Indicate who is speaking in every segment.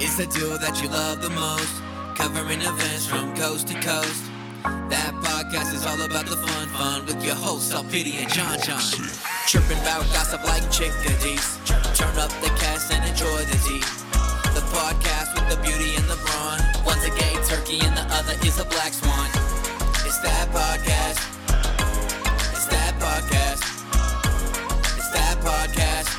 Speaker 1: It's the duo that you love the most, covering events from coast to coast. That podcast is all about the fun, fun with your hosts, Alpidi and John John. Chirping about gossip like chickadees. Turn up the cast and enjoy the tea. The podcast with the beauty and the brawn. One's a gay turkey and the other is a black swan. It's that podcast. It's that podcast. It's that podcast.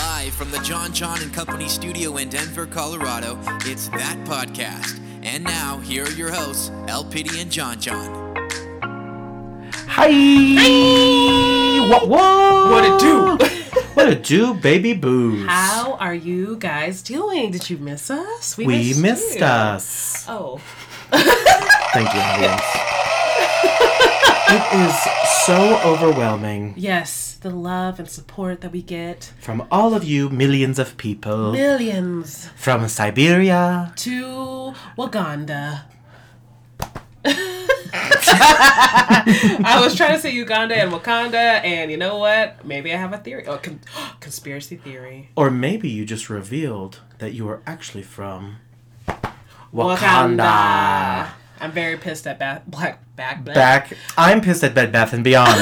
Speaker 1: Live from the John John and Company studio in Denver, Colorado, it's that podcast. And now, here are your hosts, El Pitty and John John.
Speaker 2: Hi. What what?
Speaker 3: What it do?
Speaker 2: what it do, baby booze?
Speaker 4: How are you guys doing? Did you miss us?
Speaker 2: We missed
Speaker 4: you.
Speaker 2: us.
Speaker 4: Oh,
Speaker 2: Thank you, audience. it is so overwhelming
Speaker 4: yes. The love and support that we get.
Speaker 2: from all of you millions of people
Speaker 4: Millions
Speaker 2: from Siberia.
Speaker 4: to Wakanda. I was trying to say Uganda and Wakanda, and you know what? Maybe I have a theory. Oh, con- conspiracy theory.
Speaker 2: Or maybe you just revealed that you were actually from Wakanda.
Speaker 4: I'm very pissed at ba- Black Back
Speaker 2: Back. I'm pissed at Bed Bath and Beyond.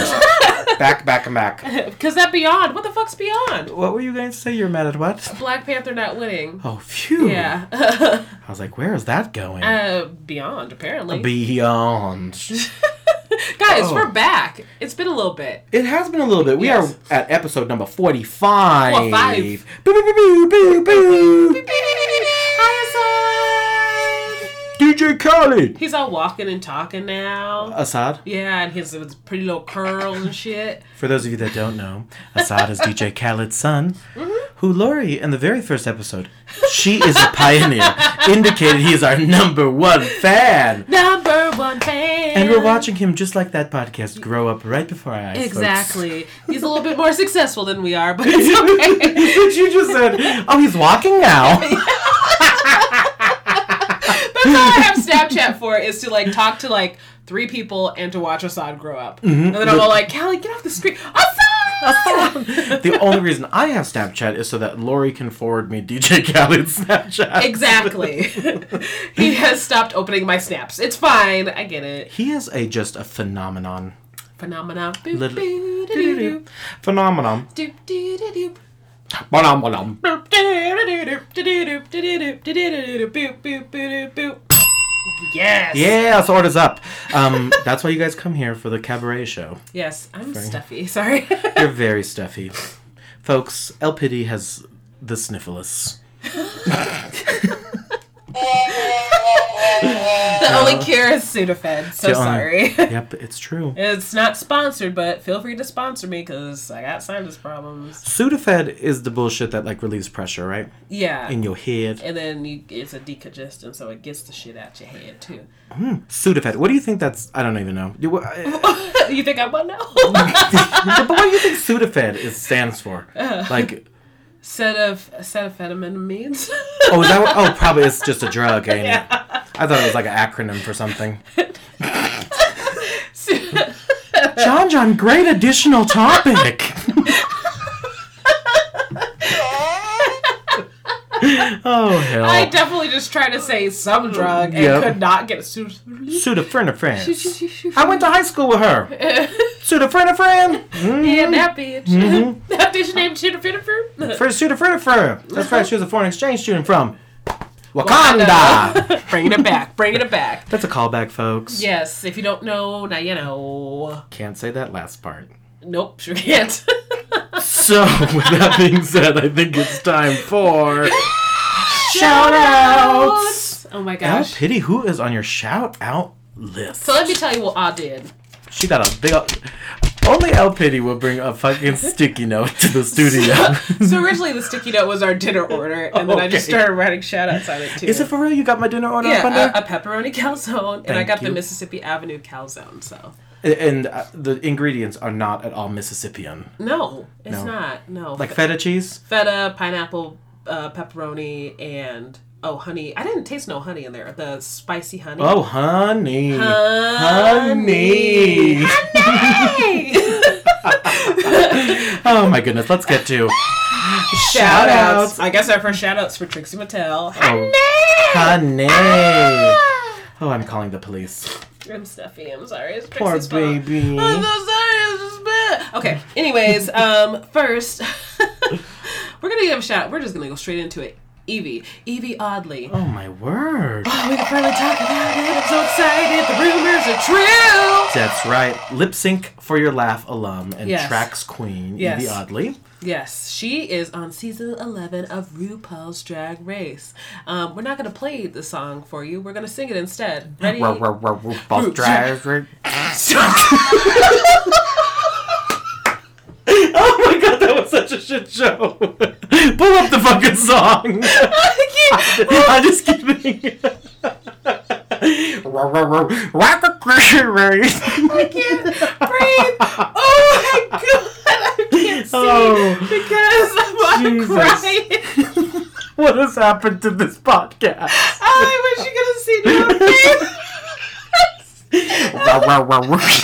Speaker 2: back, back, and back.
Speaker 4: Because that Beyond, what the fuck's Beyond?
Speaker 2: What were you going to say? You're mad at what?
Speaker 4: Black Panther not winning.
Speaker 2: Oh, phew.
Speaker 4: Yeah.
Speaker 2: I was like, where is that going?
Speaker 4: Uh, beyond apparently.
Speaker 2: Beyond.
Speaker 4: Guys,
Speaker 2: oh.
Speaker 4: we're back. It's been a little bit.
Speaker 2: It has been a little bit. We
Speaker 4: Yes.
Speaker 2: are at episode number 45.
Speaker 4: Well, five.
Speaker 2: Boo, boo, boo, boo, boo, boo. DJ Khaled.
Speaker 4: He's all walking and talking now.
Speaker 2: Assad,
Speaker 4: yeah, and his, his pretty little curls and shit.
Speaker 2: for those of you that don't know, Assad is DJ Khaled's son,
Speaker 4: Mm-hmm.
Speaker 2: who Lori, in the very first episode, she is a pioneer, indicated he is our number one fan.
Speaker 4: Number one fan.
Speaker 2: And we're watching him just like that podcast grow up right before our eyes. folks.
Speaker 4: Exactly. He's a little bit more successful than we are, but it's okay.
Speaker 2: but you just said, oh, he's walking now.
Speaker 4: That's all I have Snapchat for is to like talk to like three people and to watch Assad grow up.
Speaker 2: Mm-hmm.
Speaker 4: And then I'm all like, Callie, get off the screen. Assad!
Speaker 2: The only reason I have Snapchat is so that Lori can forward me DJ Khaled's Snapchat.
Speaker 4: Exactly. he has stopped opening my snaps. It's fine. I get it.
Speaker 2: He is a just a phenomenon.
Speaker 4: Phenomena. Boop,
Speaker 2: Little-
Speaker 4: boo, doo-doo-doo.
Speaker 2: Phenomenon.
Speaker 4: Doop, doo-doo-doo.
Speaker 2: Phenomenon.
Speaker 4: Boop, doo-doo-doo-doo, doo-doo-doo, doo-doo-doo, doo-doo-doo, boop, boop, boop, boop, boop. Yes.
Speaker 2: Yeah, sword is up. Um, that's why you guys come here for the cabaret show.
Speaker 4: Yes, I'm stuffy. Sorry.
Speaker 2: You're very stuffy. Folks, El Pity has the sniffles.
Speaker 4: the only cure is Sudafed. So
Speaker 2: The only-
Speaker 4: sorry.
Speaker 2: Yep, it's true.
Speaker 4: It's not sponsored, but feel free to sponsor me because I got sinus problems.
Speaker 2: Sudafed is the bullshit that like relieves pressure, right?
Speaker 4: Yeah.
Speaker 2: In your head.
Speaker 4: and then you, it's a decongestant, so it gets the shit out your head too.
Speaker 2: Sudafed. What do you think that's? I don't even know. You- what- I-
Speaker 4: you think I would know?
Speaker 2: but what do you think Sudafed is stands for? Like
Speaker 4: Set of acetaminophen means.
Speaker 2: Oh, is that what? Oh, probably it's just a drug, ain't it? I thought it was like an acronym for something. John John, great additional topic. oh hell.
Speaker 4: I definitely just tried to say some drug and
Speaker 2: Yep.
Speaker 4: could not get su- su-
Speaker 2: Pseudofrenophrens.
Speaker 4: su- su-
Speaker 2: I went to high school with her. Pseudofrenophren. Mm.
Speaker 4: Yeah, that bitch. that bitch named Cheetah Finifern.
Speaker 2: First pseudofrenophren. That's right. She was a foreign exchange student from Wakanda.
Speaker 4: bringing it back. Bringing it back.
Speaker 2: That's a callback, folks.
Speaker 4: Yes, if you don't know, now you know.
Speaker 2: Can't say that last part.
Speaker 4: Nope, sure can't.
Speaker 2: So, with that being said, I think it's time for shout outs.
Speaker 4: oh my
Speaker 2: How
Speaker 4: gosh.
Speaker 2: pity who is on your shout out list?
Speaker 4: So let me tell you what I did.
Speaker 2: She got a big. Old... Only El Pity will bring a fucking sticky note to the studio.
Speaker 4: So originally the sticky note was our dinner order, and then I just
Speaker 2: Okay.
Speaker 4: started writing shout outs on it too.
Speaker 2: is it for real? You got my dinner order up on
Speaker 4: yeah,
Speaker 2: there?
Speaker 4: a, a pepperoni calzone, and I
Speaker 2: Thank
Speaker 4: got the
Speaker 2: you.
Speaker 4: Mississippi Avenue calzone. So
Speaker 2: and uh, the ingredients are not at all Mississippian.
Speaker 4: no, it's
Speaker 2: No.
Speaker 4: not. No,
Speaker 2: Like feta cheese?
Speaker 4: feta, pineapple, uh, pepperoni, and oh honey. I didn't taste no honey in there. The spicy honey.
Speaker 2: Oh, honey.
Speaker 4: Honey.
Speaker 2: honey.
Speaker 4: Hey!
Speaker 2: Oh my goodness, let's get to
Speaker 4: Shout outs.
Speaker 2: Shout-outs.
Speaker 4: I guess our first shout outs for Trixie Mattel.
Speaker 2: Oh, honey.
Speaker 4: Ah.
Speaker 2: Oh, I'm calling the police.
Speaker 4: I'm stuffy. I'm sorry. It's
Speaker 2: Poor
Speaker 4: Trixie's fault.
Speaker 2: baby.
Speaker 4: I'm so sorry. It's just bad. Okay. Anyways, um, first we're gonna give a shout. We're just gonna go straight into it. Evie, Evie Oddly.
Speaker 2: Oh my word.
Speaker 4: Oh, we can finally talk about it. I'm so excited. The rumors are true.
Speaker 2: That's right. Lip sync for your laugh alum and
Speaker 4: Yes.
Speaker 2: tracks queen
Speaker 4: Yes.
Speaker 2: Evie Oddly.
Speaker 4: Yes, she is on season 11 of RuPaul's Drag Race. Um, we're not gonna play the song for you. We're gonna sing it instead. Ready?
Speaker 2: Ruh, ruh, ruh, ruh, both drag- Oh my god, that was such a shit show. Pull up the fucking song. I'm just kidding. Ruh, ruh, ruh, ruh, ruh, ruh,
Speaker 4: Oh
Speaker 2: ruh.
Speaker 4: can't breathe. Oh my god, I can't see
Speaker 2: Oh.
Speaker 4: because I'm
Speaker 2: Jesus.
Speaker 4: crying.
Speaker 2: what has happened to this podcast?
Speaker 4: Oh, I wish you could have seen your face.
Speaker 2: Ruh, ruh, ruh, ruh.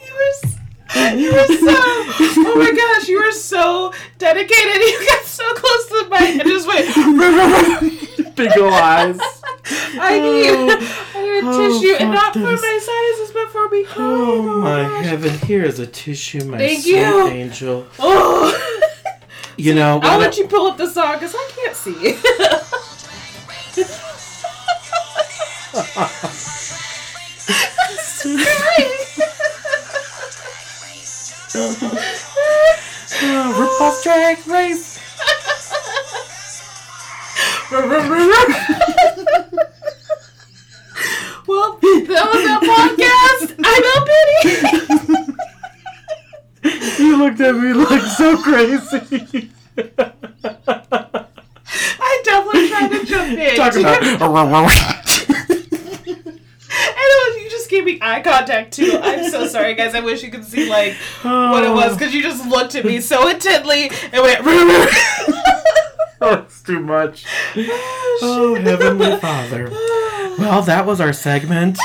Speaker 4: You were s- you were so, oh my gosh, you were so dedicated. You got so close to the mic and just went.
Speaker 2: Big ol' eyes.
Speaker 4: I need,
Speaker 2: Oh.
Speaker 4: I need a
Speaker 2: Oh,
Speaker 4: tissue, and
Speaker 2: fuck
Speaker 4: not for
Speaker 2: this.
Speaker 4: my sinuses, but for me crying.
Speaker 2: Oh my
Speaker 4: gosh.
Speaker 2: heaven, here is a tissue, my
Speaker 4: Thank
Speaker 2: sweet
Speaker 4: you.
Speaker 2: angel.
Speaker 4: Oh.
Speaker 2: You know,
Speaker 4: I'll
Speaker 2: when I-
Speaker 4: let you pull up the song because I can't see
Speaker 2: Uh, RuPaul's Drag Race.
Speaker 4: well, that was our podcast. I know, Penny.
Speaker 2: You looked at me like so crazy.
Speaker 4: I definitely tried to jump in.
Speaker 2: Talk Oh, about.
Speaker 4: And it was, you just gave me eye contact too. I'm so sorry, guys. I wish you could see like what it was because you just looked at me so intently and went.
Speaker 2: Oh, it's too much. Oh, Heavenly Father. Well, that was our segment.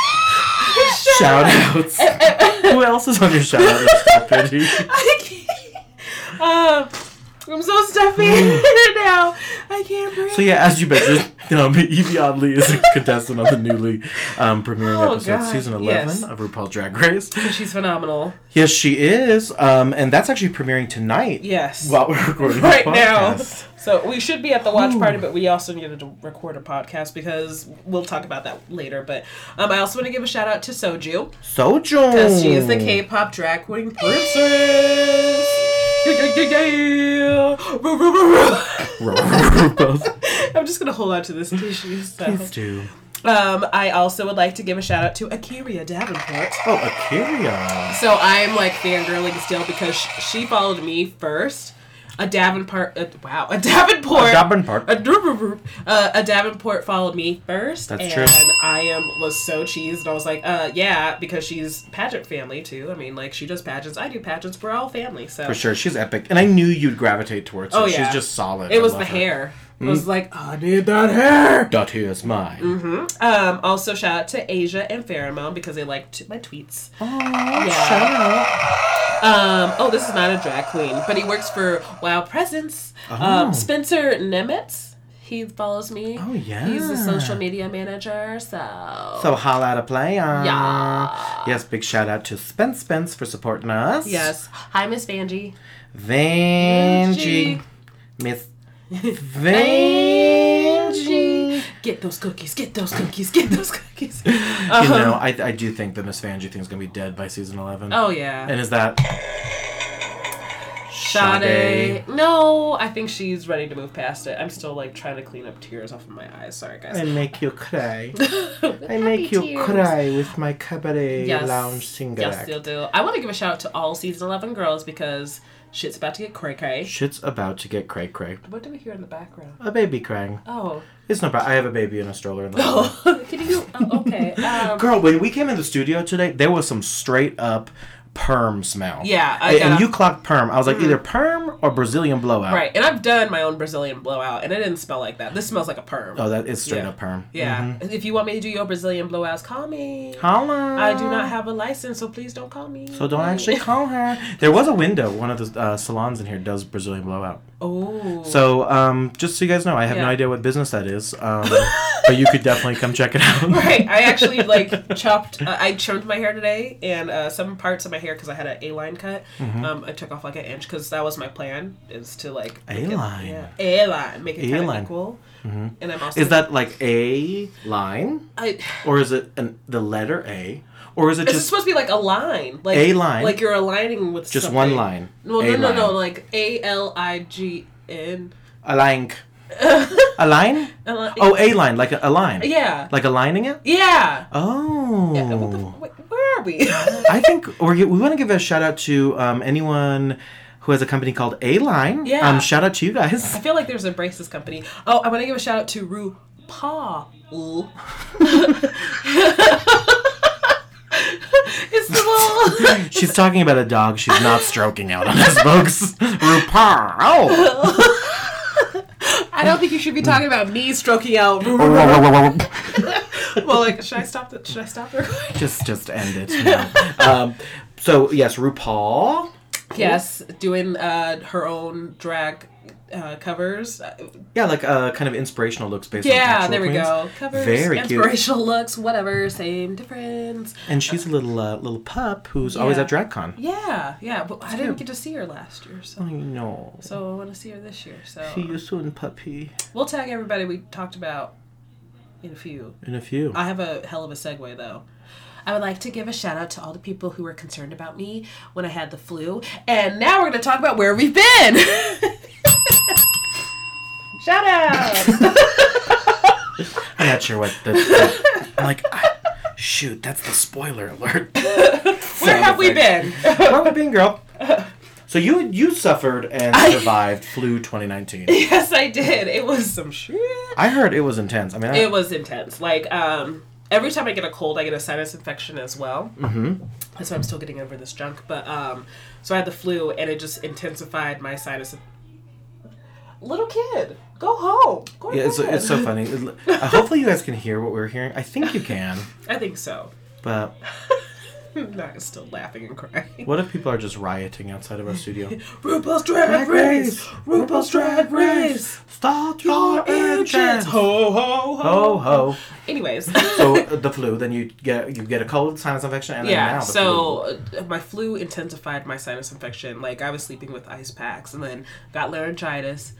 Speaker 2: Shout outs. Who else is on your shout out list, Betty?
Speaker 4: I can't. Uh, I'm so stuffy now. I can't breathe.
Speaker 2: So, yeah, as you mentioned, um, Evie Oddly is a contestant on the newly um, premiering
Speaker 4: Oh,
Speaker 2: episode,
Speaker 4: God,
Speaker 2: season 11
Speaker 4: yes.
Speaker 2: of RuPaul Drag Race.
Speaker 4: She's phenomenal.
Speaker 2: Yes, she is. Um, and that's actually premiering tonight.
Speaker 4: Yes.
Speaker 2: While we're recording this
Speaker 4: right now.
Speaker 2: podcast.
Speaker 4: So we should be at the watch party, but we also needed to record a podcast because we'll talk about that later. But um, I also want to give a shout out to Soju
Speaker 2: Sojourn.
Speaker 4: because she is the K-pop drag queen princess. Yeah, yeah, yeah, yeah. Ruh, ruh, ruh, ruh. I'm just gonna hold on to this tissue. So.
Speaker 2: Please do.
Speaker 4: Um, I also would like to give a shout out to Akiria Davenport.
Speaker 2: Oh, Akira.
Speaker 4: So I'm like fangirling still because sh- she followed me first. A Davenport, uh, wow, a Davenport,
Speaker 2: Davenport.
Speaker 4: a, droop, droop, droop. uh, a Davenport followed me first.
Speaker 2: That's
Speaker 4: and
Speaker 2: true.
Speaker 4: I am was so cheesed, and I was like, uh, yeah, because she's pageant family too. I mean, like she does pageants, I do pageants. We're all family, so
Speaker 2: For sure, she's epic, and I knew you'd gravitate towards her.
Speaker 4: Oh, yeah.
Speaker 2: She's just solid.
Speaker 4: it
Speaker 2: I
Speaker 4: was
Speaker 2: love
Speaker 4: the
Speaker 2: her. Mm-hmm.
Speaker 4: hair. It was like,
Speaker 2: I need that hair. Dot here is mine.
Speaker 4: um. Also, shout out to Asia and Pheromone because they liked my tweets.
Speaker 2: Oh,
Speaker 4: Yeah.
Speaker 2: shout out.
Speaker 4: Um, oh, this is not a drag queen, but he works for Wow Presence.
Speaker 2: Oh.
Speaker 4: Um, Spencer Nemitz. He follows me.
Speaker 2: Oh, yeah.
Speaker 4: He's the social media manager, so.
Speaker 2: So holla at a play.
Speaker 4: Yeah.
Speaker 2: Yes, big shout out to Spence Spence for supporting us.
Speaker 4: yes. Hi, Miss Vanjie.
Speaker 2: Vanjie.
Speaker 4: Vanjie.
Speaker 2: Miss Vanjie.
Speaker 4: Get those cookies, get those cookies, get those cookies.
Speaker 2: You
Speaker 4: Um,
Speaker 2: know, I, I do think the Miss Vanjie thing's gonna be dead by season eleven.
Speaker 4: oh, yeah.
Speaker 2: And is that
Speaker 4: Sade. No, I think she's ready to move past it. I'm still, like, trying to clean up tears off of my eyes. Sorry,
Speaker 2: I
Speaker 4: guys.
Speaker 2: make you cry. I
Speaker 4: I
Speaker 2: make you cry with my cabaret
Speaker 4: Yes.
Speaker 2: lounge singer.
Speaker 4: Yes, you'll do. I want to give a shout out to all season 11 girls because shit's about to get cray cray.
Speaker 2: Shit's about to get cray cray.
Speaker 4: What do we hear in the background?
Speaker 2: A baby crying.
Speaker 4: Oh.
Speaker 2: It's not bad. I have a baby in a stroller. In the living room.
Speaker 4: Can you? Oh, okay. Um,
Speaker 2: Girl, when we came in the studio today, there was some straight up perm smell.
Speaker 4: Yeah, I
Speaker 2: and, and
Speaker 4: got- Mm.
Speaker 2: you clocked perm. I was like either perm or Brazilian blowout.
Speaker 4: Right, and I've done my own Brazilian blowout, and it didn't smell like that. This smells like a perm.
Speaker 2: Oh, that mm-hmm. is straight
Speaker 4: Yeah.
Speaker 2: up perm. Mm.
Speaker 4: yeah. If you want me to do your Brazilian blowouts, call me.
Speaker 2: Holla.
Speaker 4: I do not have a license, so please don't call me.
Speaker 2: So don't actually call her. There was a window. One of the uh, salons in here does Brazilian blowout.
Speaker 4: Oh.
Speaker 2: So um, just so you guys know, I have no
Speaker 4: Yeah.
Speaker 2: idea what business that is, um, but you could definitely come check it out.
Speaker 4: Right, I actually like chopped. Uh, I trimmed my hair today, and uh, some parts of my hair because I had an A line cut.
Speaker 2: Mm-hmm.
Speaker 4: Um, I took off like an inch because that was my plan is to like make it-
Speaker 2: A-line.
Speaker 4: yeah, A line, make it kind of
Speaker 2: A-line. Mm-hmm.
Speaker 4: equal. And I'm also
Speaker 2: Is that like a line,
Speaker 4: I,
Speaker 2: or is it an, the letter A, or is it
Speaker 4: Is it
Speaker 2: just
Speaker 4: supposed to be like a line? Like
Speaker 2: A line.
Speaker 4: Like you're aligning with
Speaker 2: Just
Speaker 4: something.
Speaker 2: one line.
Speaker 4: No, no,
Speaker 2: A
Speaker 4: no, no.
Speaker 2: line.
Speaker 4: Like A L I G N.
Speaker 2: a line? a line?
Speaker 4: Uh,
Speaker 2: Oh, a line, like a, a line.
Speaker 4: yeah.
Speaker 2: Like aligning it.
Speaker 4: yeah.
Speaker 2: Oh.
Speaker 4: Uh, What the? f- Wait, where are we?
Speaker 2: I think we're, we want to give a shout out to um, anyone who has a company called A Line.
Speaker 4: Yeah.
Speaker 2: Um, shout out to you guys.
Speaker 4: I feel like there's a braces company. Oh, I want to give a shout out to RuPaul. it's the little.
Speaker 2: She's talking about a dog she's not stroking out on us, folks. RuPaul. Oh.
Speaker 4: I don't think you should be talking about me stroking out. well, like, should I stop the? Should I stop the recording?
Speaker 2: just, just end it. No. Um, so yes, RuPaul.
Speaker 4: Yes, doing uh, her own drag uh, covers. Uh,
Speaker 2: Yeah, like uh, kind of inspirational looks based on
Speaker 4: Yeah,
Speaker 2: actual
Speaker 4: there we
Speaker 2: queens.
Speaker 4: go. Covers,
Speaker 2: Very cute.
Speaker 4: inspirational looks, whatever, same difference.
Speaker 2: And she's a little uh, little pup who's always
Speaker 4: Yeah.
Speaker 2: at DragCon.
Speaker 4: Yeah, yeah, but I didn't get to see her last year, so
Speaker 2: I know.
Speaker 4: so I want to see her this year.
Speaker 2: See
Speaker 4: So
Speaker 2: you soon, puppy.
Speaker 4: we'll tag everybody we talked about in a few.
Speaker 2: In a few.
Speaker 4: I have a hell of a segue though. I would like to give a shout out to all the people who were concerned about me when I had the flu, and now we're going to talk about where we've been. shout out.
Speaker 2: I'm not sure what the. the- I'm like, I, shoot, that's the spoiler alert.
Speaker 4: where have we been?
Speaker 2: Where have we been, girl? So you you suffered and survived flu 2019.
Speaker 4: yes, I did. It was some shit.
Speaker 2: I heard it was intense. I mean, I,
Speaker 4: It was intense. Like um, every time I get a cold, I get a sinus infection as well. Mm-hmm. That's why I'm still getting over this junk. But um, so I had the flu, and it just intensified my sinus. inf- Little kid, go home. Go
Speaker 2: yeah, it's,
Speaker 4: to bed.
Speaker 2: it's so funny. It- uh, hopefully, you guys can hear what we're hearing. I think you can,
Speaker 4: I think so.
Speaker 2: but
Speaker 4: I'm not still laughing and crying.
Speaker 2: what if people are just rioting outside of our studio?
Speaker 4: RuPaul's Drag Race. RuPaul's Drag Race.
Speaker 2: Start your engines! Ho
Speaker 4: Ho ho ho.
Speaker 2: ho!
Speaker 4: Oh. Anyways.
Speaker 2: So uh, the flu, then you get you get a cold, sinus infection, and then now
Speaker 4: yeah
Speaker 2: the flu.
Speaker 4: so uh, my flu intensified my sinus infection like i was sleeping with ice packs and then got laryngitis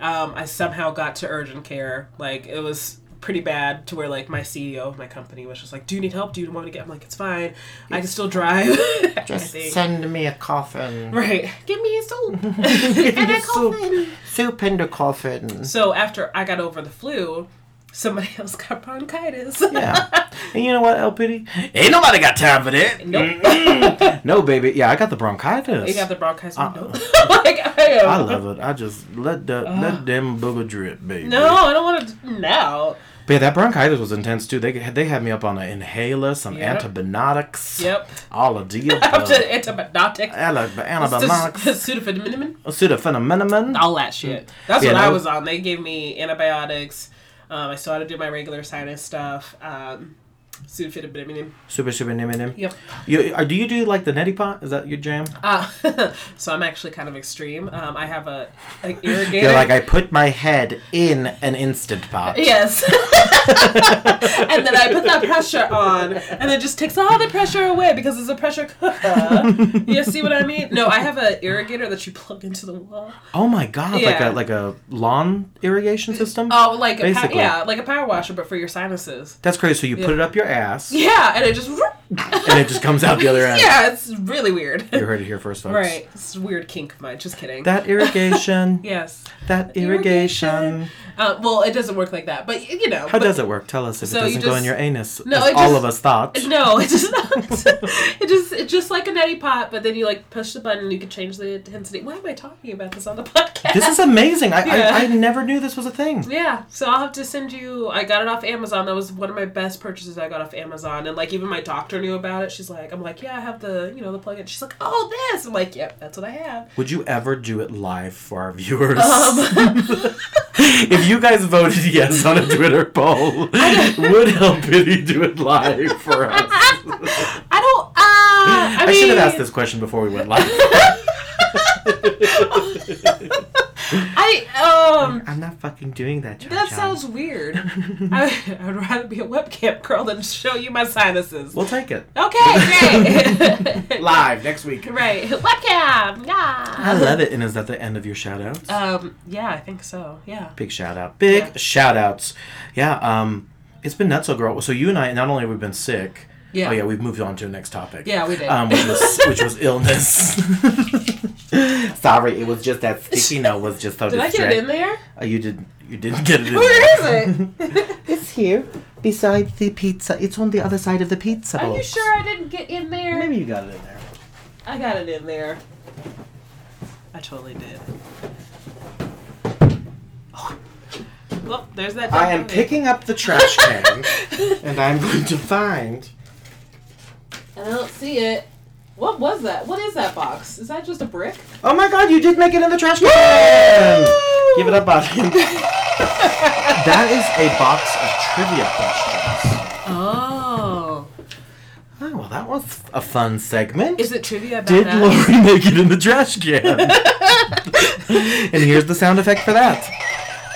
Speaker 4: um, i somehow got to urgent care like it was pretty bad to where like my ceo of my company was just like do you need help do you want me to get i'm like it's fine i can still drive I think.
Speaker 2: Send me a coffin.
Speaker 4: right give me a soap and a coffin
Speaker 2: Soup in the coffin.
Speaker 4: so after i got over the flu somebody else got bronchitis
Speaker 2: Yeah. and you know what, LPD? Ain't nobody got time for that.
Speaker 4: Nope.
Speaker 2: No, baby. Yeah, I got the bronchitis.
Speaker 4: You got the bronchitis. nope. like I am.
Speaker 2: I love it. I just let the let them booger drip, baby.
Speaker 4: Ah. no, I don't want to. No.
Speaker 2: But yeah, that bronchitis was intense too. They they had me up on an inhaler, some
Speaker 4: Yep.
Speaker 2: antibiotics.
Speaker 4: Yep.
Speaker 2: All of the
Speaker 4: up
Speaker 2: above.
Speaker 4: to antibiotics.
Speaker 2: Ala- Antibiotics, Oh,
Speaker 4: Pseudophenomenon,
Speaker 2: pseudophenomenon.
Speaker 4: all that shit. That's
Speaker 2: Mm. Yeah,
Speaker 4: what
Speaker 2: that
Speaker 4: I
Speaker 2: was-
Speaker 4: was on. They gave me antibiotics. Um, I still had to do my regular sinus stuff. Um, pseudophenomenon.
Speaker 2: Super super nimin.
Speaker 4: Yep.
Speaker 2: You, uh, do you do like the neti pot? Is that your jam?
Speaker 4: Uh, so I'm actually kind of extreme. Um, I have a an irrigator.
Speaker 2: You're like I put my head in an instant pot.
Speaker 4: Yes. and then I put that pressure on, and it just takes all the pressure away because it's a pressure cooker. you see what I mean? No, I have an irrigator that you plug into the wall.
Speaker 2: Oh my god! Like a
Speaker 4: Yeah.
Speaker 2: like a lawn irrigation system.
Speaker 4: Oh, like a pa-
Speaker 2: Basically.
Speaker 4: yeah, like a power washer, but for your sinuses.
Speaker 2: That's crazy. So you put it up your ass,
Speaker 4: Yeah, and it just
Speaker 2: and it just comes out the other end.
Speaker 4: yeah, it's really weird.
Speaker 2: You heard it here first, folks.
Speaker 4: Right, it's a weird kink of mine. Just kidding.
Speaker 2: That irrigation.
Speaker 4: yes.
Speaker 2: That irrigation.
Speaker 4: Uh, well, it doesn't work like that, but y- you know.
Speaker 2: How
Speaker 4: but-
Speaker 2: does it work? Tell us if
Speaker 4: So
Speaker 2: it
Speaker 4: you
Speaker 2: doesn't go in
Speaker 4: just-
Speaker 2: your anus.
Speaker 4: No,
Speaker 2: as
Speaker 4: it
Speaker 2: all
Speaker 4: just-
Speaker 2: of us thought.
Speaker 4: No, it does not. it just it's just like a neti pot, but then you like push the button and you can change the intensity. Why am I talking about this on the podcast?
Speaker 2: This is amazing. I,
Speaker 4: Yeah.
Speaker 2: I, I never knew this was a thing.
Speaker 4: yeah, so I'll have to send you. I got it off Amazon. That was one of my best purchases I got off Amazon, and like even my doctor knew about it. She's like, I'm like, yeah, I have the you know the plug-in. She's like, oh, this. I'm like, yep, that's what I have. Um,
Speaker 2: Would you ever do it live for our viewers? if you guys voted yes on a Twitter poll, would Helpity do it live for us?
Speaker 4: I don't. Uh, I,
Speaker 2: I,
Speaker 4: mean,
Speaker 2: should have asked this question before we went live.
Speaker 4: I um.
Speaker 2: I'm not fucking doing that. Cha-cha.
Speaker 4: That sounds weird. I, I would rather be a webcam girl than show you my sinuses.
Speaker 2: We'll take it.
Speaker 4: Okay, great.
Speaker 2: Live next week.
Speaker 4: right, webcam. Yeah.
Speaker 2: I love it. And is that the end of your shout outs?
Speaker 4: Um. Yeah, I think so. Yeah.
Speaker 2: Big shout out. Big
Speaker 4: Yeah.
Speaker 2: shout outs. Yeah. Um, it's been nuts, so girl. So you and I, not only have we been sick.
Speaker 4: Yeah.
Speaker 2: Oh yeah, we've moved on to the next topic.
Speaker 4: Yeah, we did.
Speaker 2: Um, which was which was illness. Sorry, it was just that sticky note was just so.
Speaker 4: Did I get it in there?
Speaker 2: Uh, you did. You didn't get it in.
Speaker 4: Where is it?
Speaker 2: It's here, beside the pizza. It's on the other side of the pizza.
Speaker 4: Are you sure I didn't get in there?
Speaker 2: Maybe you got it in there.
Speaker 4: I got it in there. I totally did. Oh. Well, there's that.
Speaker 2: I am
Speaker 4: dumb
Speaker 2: picking up the trash can, and I'm going to find.
Speaker 4: I don't see it. What was that? What is that box? Is that just a brick?
Speaker 2: Oh my god, you did make it in the trash can! Give it up, Bobby. that is a box of trivia questions.
Speaker 4: Oh.
Speaker 2: Oh, well, that was a fun segment.
Speaker 4: Is it trivia about
Speaker 2: did
Speaker 4: that?
Speaker 2: Lori make it in the trash can? and here's the sound effect for that.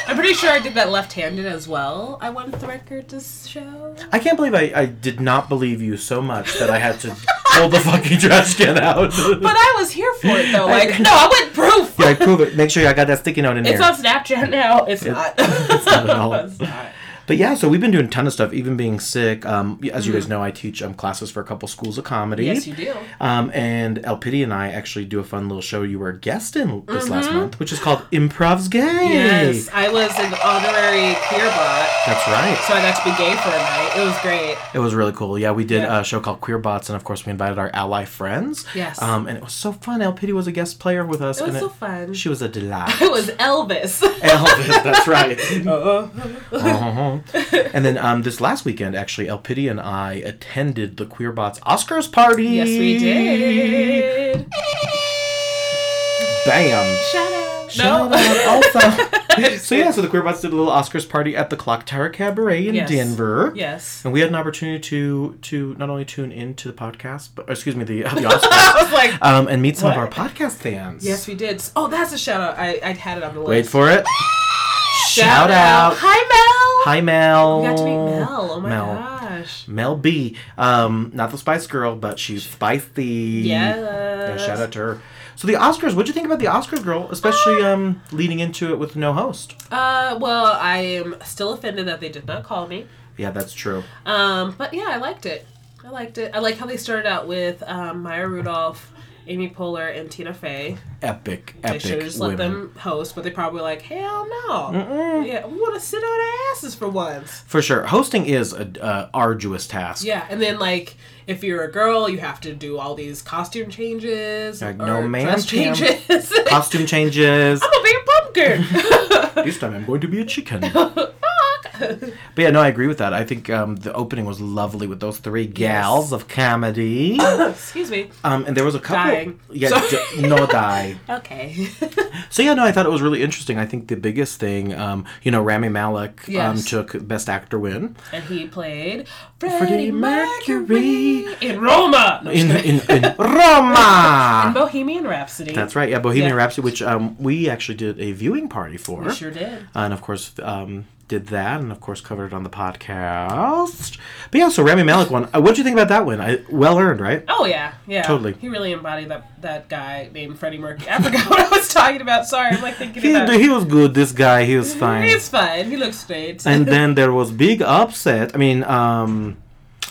Speaker 4: I'm pretty sure I did that left-handed as well. I won the record to show.
Speaker 2: I can't believe I, I did not believe you so much that I had to pull the fucking trash can out.
Speaker 4: But I was here for it though. Like, no, I went proof.
Speaker 2: yeah, I prove it. Make sure I got that sticky note in
Speaker 4: It's
Speaker 2: there.
Speaker 4: on Snapchat now. It's not.
Speaker 2: it's not at all.
Speaker 4: It's not.
Speaker 2: But yeah, so we've been doing a ton of stuff, even being sick. Um, as you guys know, I teach um, classes for a couple schools of comedy.
Speaker 4: Hmm. Yes, you do.
Speaker 2: Um, and Elpidi and I actually do a fun little show you were a guest in this last month, which is called Improv's Gay.
Speaker 4: Mm-hmm. Yes, I was an honorary queer bot,
Speaker 2: That's right.
Speaker 4: so I got to be gay for a night. It was great.
Speaker 2: It was really cool. Yeah, we did
Speaker 4: Yeah.
Speaker 2: a show called Queer Bots, and of course, we invited our ally friends.
Speaker 4: Yes.
Speaker 2: Um, and it was so fun. Elpidi was a guest player with us.
Speaker 4: It was
Speaker 2: and
Speaker 4: so fun.
Speaker 2: She was a delight.
Speaker 4: It was Elvis.
Speaker 2: Elvis, that's right. Uh-huh. And then um, this last weekend, actually, Elpidi and I attended the Queer Bots Oscars party.
Speaker 4: yes, we did.
Speaker 2: Bam.
Speaker 4: Shout out.
Speaker 2: Shout
Speaker 4: No.
Speaker 2: out also. so yeah, so the Queer Bots did a little Oscars party at the Clock Tower Cabaret in
Speaker 4: Yes.
Speaker 2: Denver.
Speaker 4: Yes.
Speaker 2: And we had an opportunity to to not only tune into the podcast, but excuse me, the, uh, the Oscars,
Speaker 4: I was like,
Speaker 2: um, and meet some of our
Speaker 4: What?
Speaker 2: podcast fans.
Speaker 4: yes, we did. Oh, that's a shout out. I, I had it on the list.
Speaker 2: Wait for it. Shout, out.
Speaker 4: Hi, Mel.
Speaker 2: Hi, Mel.
Speaker 4: We got to meet Mel. Oh my
Speaker 2: Mel.
Speaker 4: gosh.
Speaker 2: Mel B, um, not the Spice Girl, but she's spicy.
Speaker 4: Yes.
Speaker 2: Yeah, shout out to her. So the Oscars, what'd you think about the Oscars, girl? Especially um, leading into it with no host.
Speaker 4: Uh, well, I am still offended that they did not call me.
Speaker 2: Yeah, that's true.
Speaker 4: Um, but yeah, I liked it. I liked it. I like how they started out with um, Maya Rudolph, Amy Poehler, and Tina Fey.
Speaker 2: Epic,
Speaker 4: They
Speaker 2: epic
Speaker 4: should have just
Speaker 2: women.
Speaker 4: let them host, but they probably were like, hell no. Yeah, we want to sit on our asses for once.
Speaker 2: For sure, hosting is a uh, arduous task.
Speaker 4: Yeah, and then like if you're a girl, you have to do all these costume changes,
Speaker 2: Like,
Speaker 4: or
Speaker 2: no, ma'am,
Speaker 4: dress
Speaker 2: ma'am.
Speaker 4: changes.
Speaker 2: Costume changes.
Speaker 4: I'm a big pumpkin.
Speaker 2: this time I'm going to be a chicken. but yeah, no, I agree with that. I think um, the opening was lovely with those three gals of comedy.
Speaker 4: Excuse me.
Speaker 2: um, and there was a couple.
Speaker 4: Dying.
Speaker 2: Yeah,
Speaker 4: Sorry.
Speaker 2: j- no die.
Speaker 4: Okay.
Speaker 2: So yeah, no, I thought it was really interesting. I think the biggest thing, um, you know, Rami Malek um,
Speaker 4: Yes.
Speaker 2: took Best Actor win
Speaker 4: and he played
Speaker 2: Freddie
Speaker 4: Freddie
Speaker 2: Mercury.
Speaker 4: Mercury in Roma. No,
Speaker 2: in
Speaker 4: in,
Speaker 2: in, in Roma.
Speaker 4: Bohemian Rhapsody.
Speaker 2: That's right, yeah, Bohemian
Speaker 4: Yeah.
Speaker 2: Rhapsody, which um, we actually did a viewing party for,
Speaker 4: We sure did.
Speaker 2: and of course um, did that, and of course covered it on the podcast. But yeah, so Rami Malek won. Uh, what do you think about that win? I, well earned, right?
Speaker 4: Oh yeah, yeah.
Speaker 2: Totally.
Speaker 4: He really embodied that that guy named Freddie Mercury. I forgot what I was talking about. Sorry, I'm like thinking
Speaker 2: He,
Speaker 4: about.
Speaker 2: he was good. This guy, he was fine.
Speaker 4: He's fine. He looks great.
Speaker 2: and then there was big upset. I mean, um,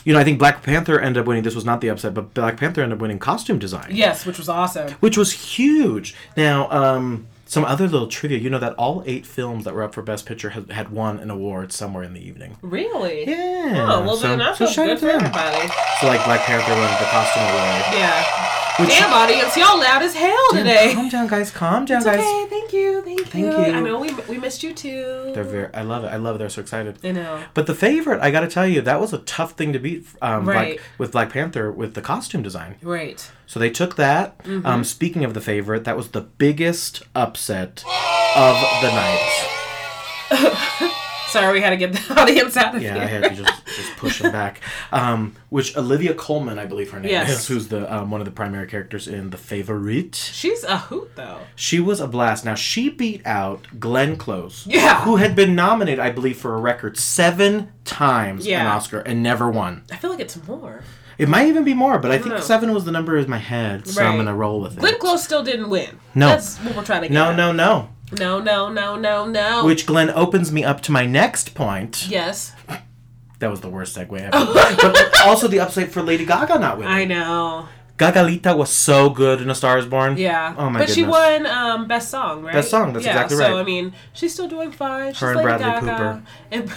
Speaker 2: you know, I think Black Panther ended up winning. This was not the upset, but Black Panther ended up winning costume design,
Speaker 4: yes, which was awesome.
Speaker 2: which was huge. Now, um, some other little trivia. You know that all eight films that were up for Best Picture had, had won an award somewhere in the evening.
Speaker 4: Really?
Speaker 2: Yeah.
Speaker 4: Oh well,
Speaker 2: so,
Speaker 4: then that
Speaker 2: so
Speaker 4: feels
Speaker 2: shout out to
Speaker 4: good for
Speaker 2: them.
Speaker 4: everybody.
Speaker 2: So like Black Panther won the costume award.
Speaker 4: Yeah.
Speaker 2: Which-
Speaker 4: Damn audience, y'all loud as hell
Speaker 2: Damn,
Speaker 4: today.
Speaker 2: Calm down, guys. Calm down,
Speaker 4: It's
Speaker 2: guys.
Speaker 4: okay. Thank you. Thank,
Speaker 2: Thank
Speaker 4: you.
Speaker 2: you.
Speaker 4: I know we, we missed you too.
Speaker 2: They're very. I love it. I love it. They're so excited.
Speaker 4: I know.
Speaker 2: But the favorite, I gotta tell you, that was a tough thing to beat. Um, Black-
Speaker 4: Right.
Speaker 2: with Black Panther with the costume design.
Speaker 4: Right.
Speaker 2: So they took that.
Speaker 4: Mm-hmm.
Speaker 2: Um, speaking of the favorite, that was the biggest upset of the night.
Speaker 4: Sorry, we had to get the audience out of
Speaker 2: Yeah,
Speaker 4: here.
Speaker 2: I had to just just push them back. Um, which Olivia Coleman, I believe her name
Speaker 4: Yes.
Speaker 2: is, who's the um, one of the primary characters in The Favorite.
Speaker 4: She's a hoot though.
Speaker 2: She was a blast. Now she beat out Glenn Close,
Speaker 4: Yeah.
Speaker 2: who had been nominated, I believe, for a record seven times an
Speaker 4: Yeah.
Speaker 2: Oscar and never won.
Speaker 4: I feel like it's more.
Speaker 2: It might even be more, but I think
Speaker 4: know.
Speaker 2: seven was the number in my head, so I'm
Speaker 4: Right.
Speaker 2: gonna roll with it.
Speaker 4: Glenn Close still didn't win.
Speaker 2: No.
Speaker 4: That's what we're trying to get.
Speaker 2: No,
Speaker 4: at.
Speaker 2: no, no.
Speaker 4: No, no, no, no, no.
Speaker 2: Which Glenn opens me up to my next point.
Speaker 4: Yes.
Speaker 2: That was the worst segue ever. but also the upside for Lady Gaga not winning.
Speaker 4: I know.
Speaker 2: Gagalita was so good in A Star Is Born.
Speaker 4: Yeah.
Speaker 2: Oh my
Speaker 4: but
Speaker 2: goodness.
Speaker 4: she won um, best song, right?
Speaker 2: Best song, that's
Speaker 4: yeah,
Speaker 2: exactly
Speaker 4: So
Speaker 2: right.
Speaker 4: I mean, she's still doing fine. She's
Speaker 2: Her and
Speaker 4: Lady
Speaker 2: Bradley
Speaker 4: Gaga. And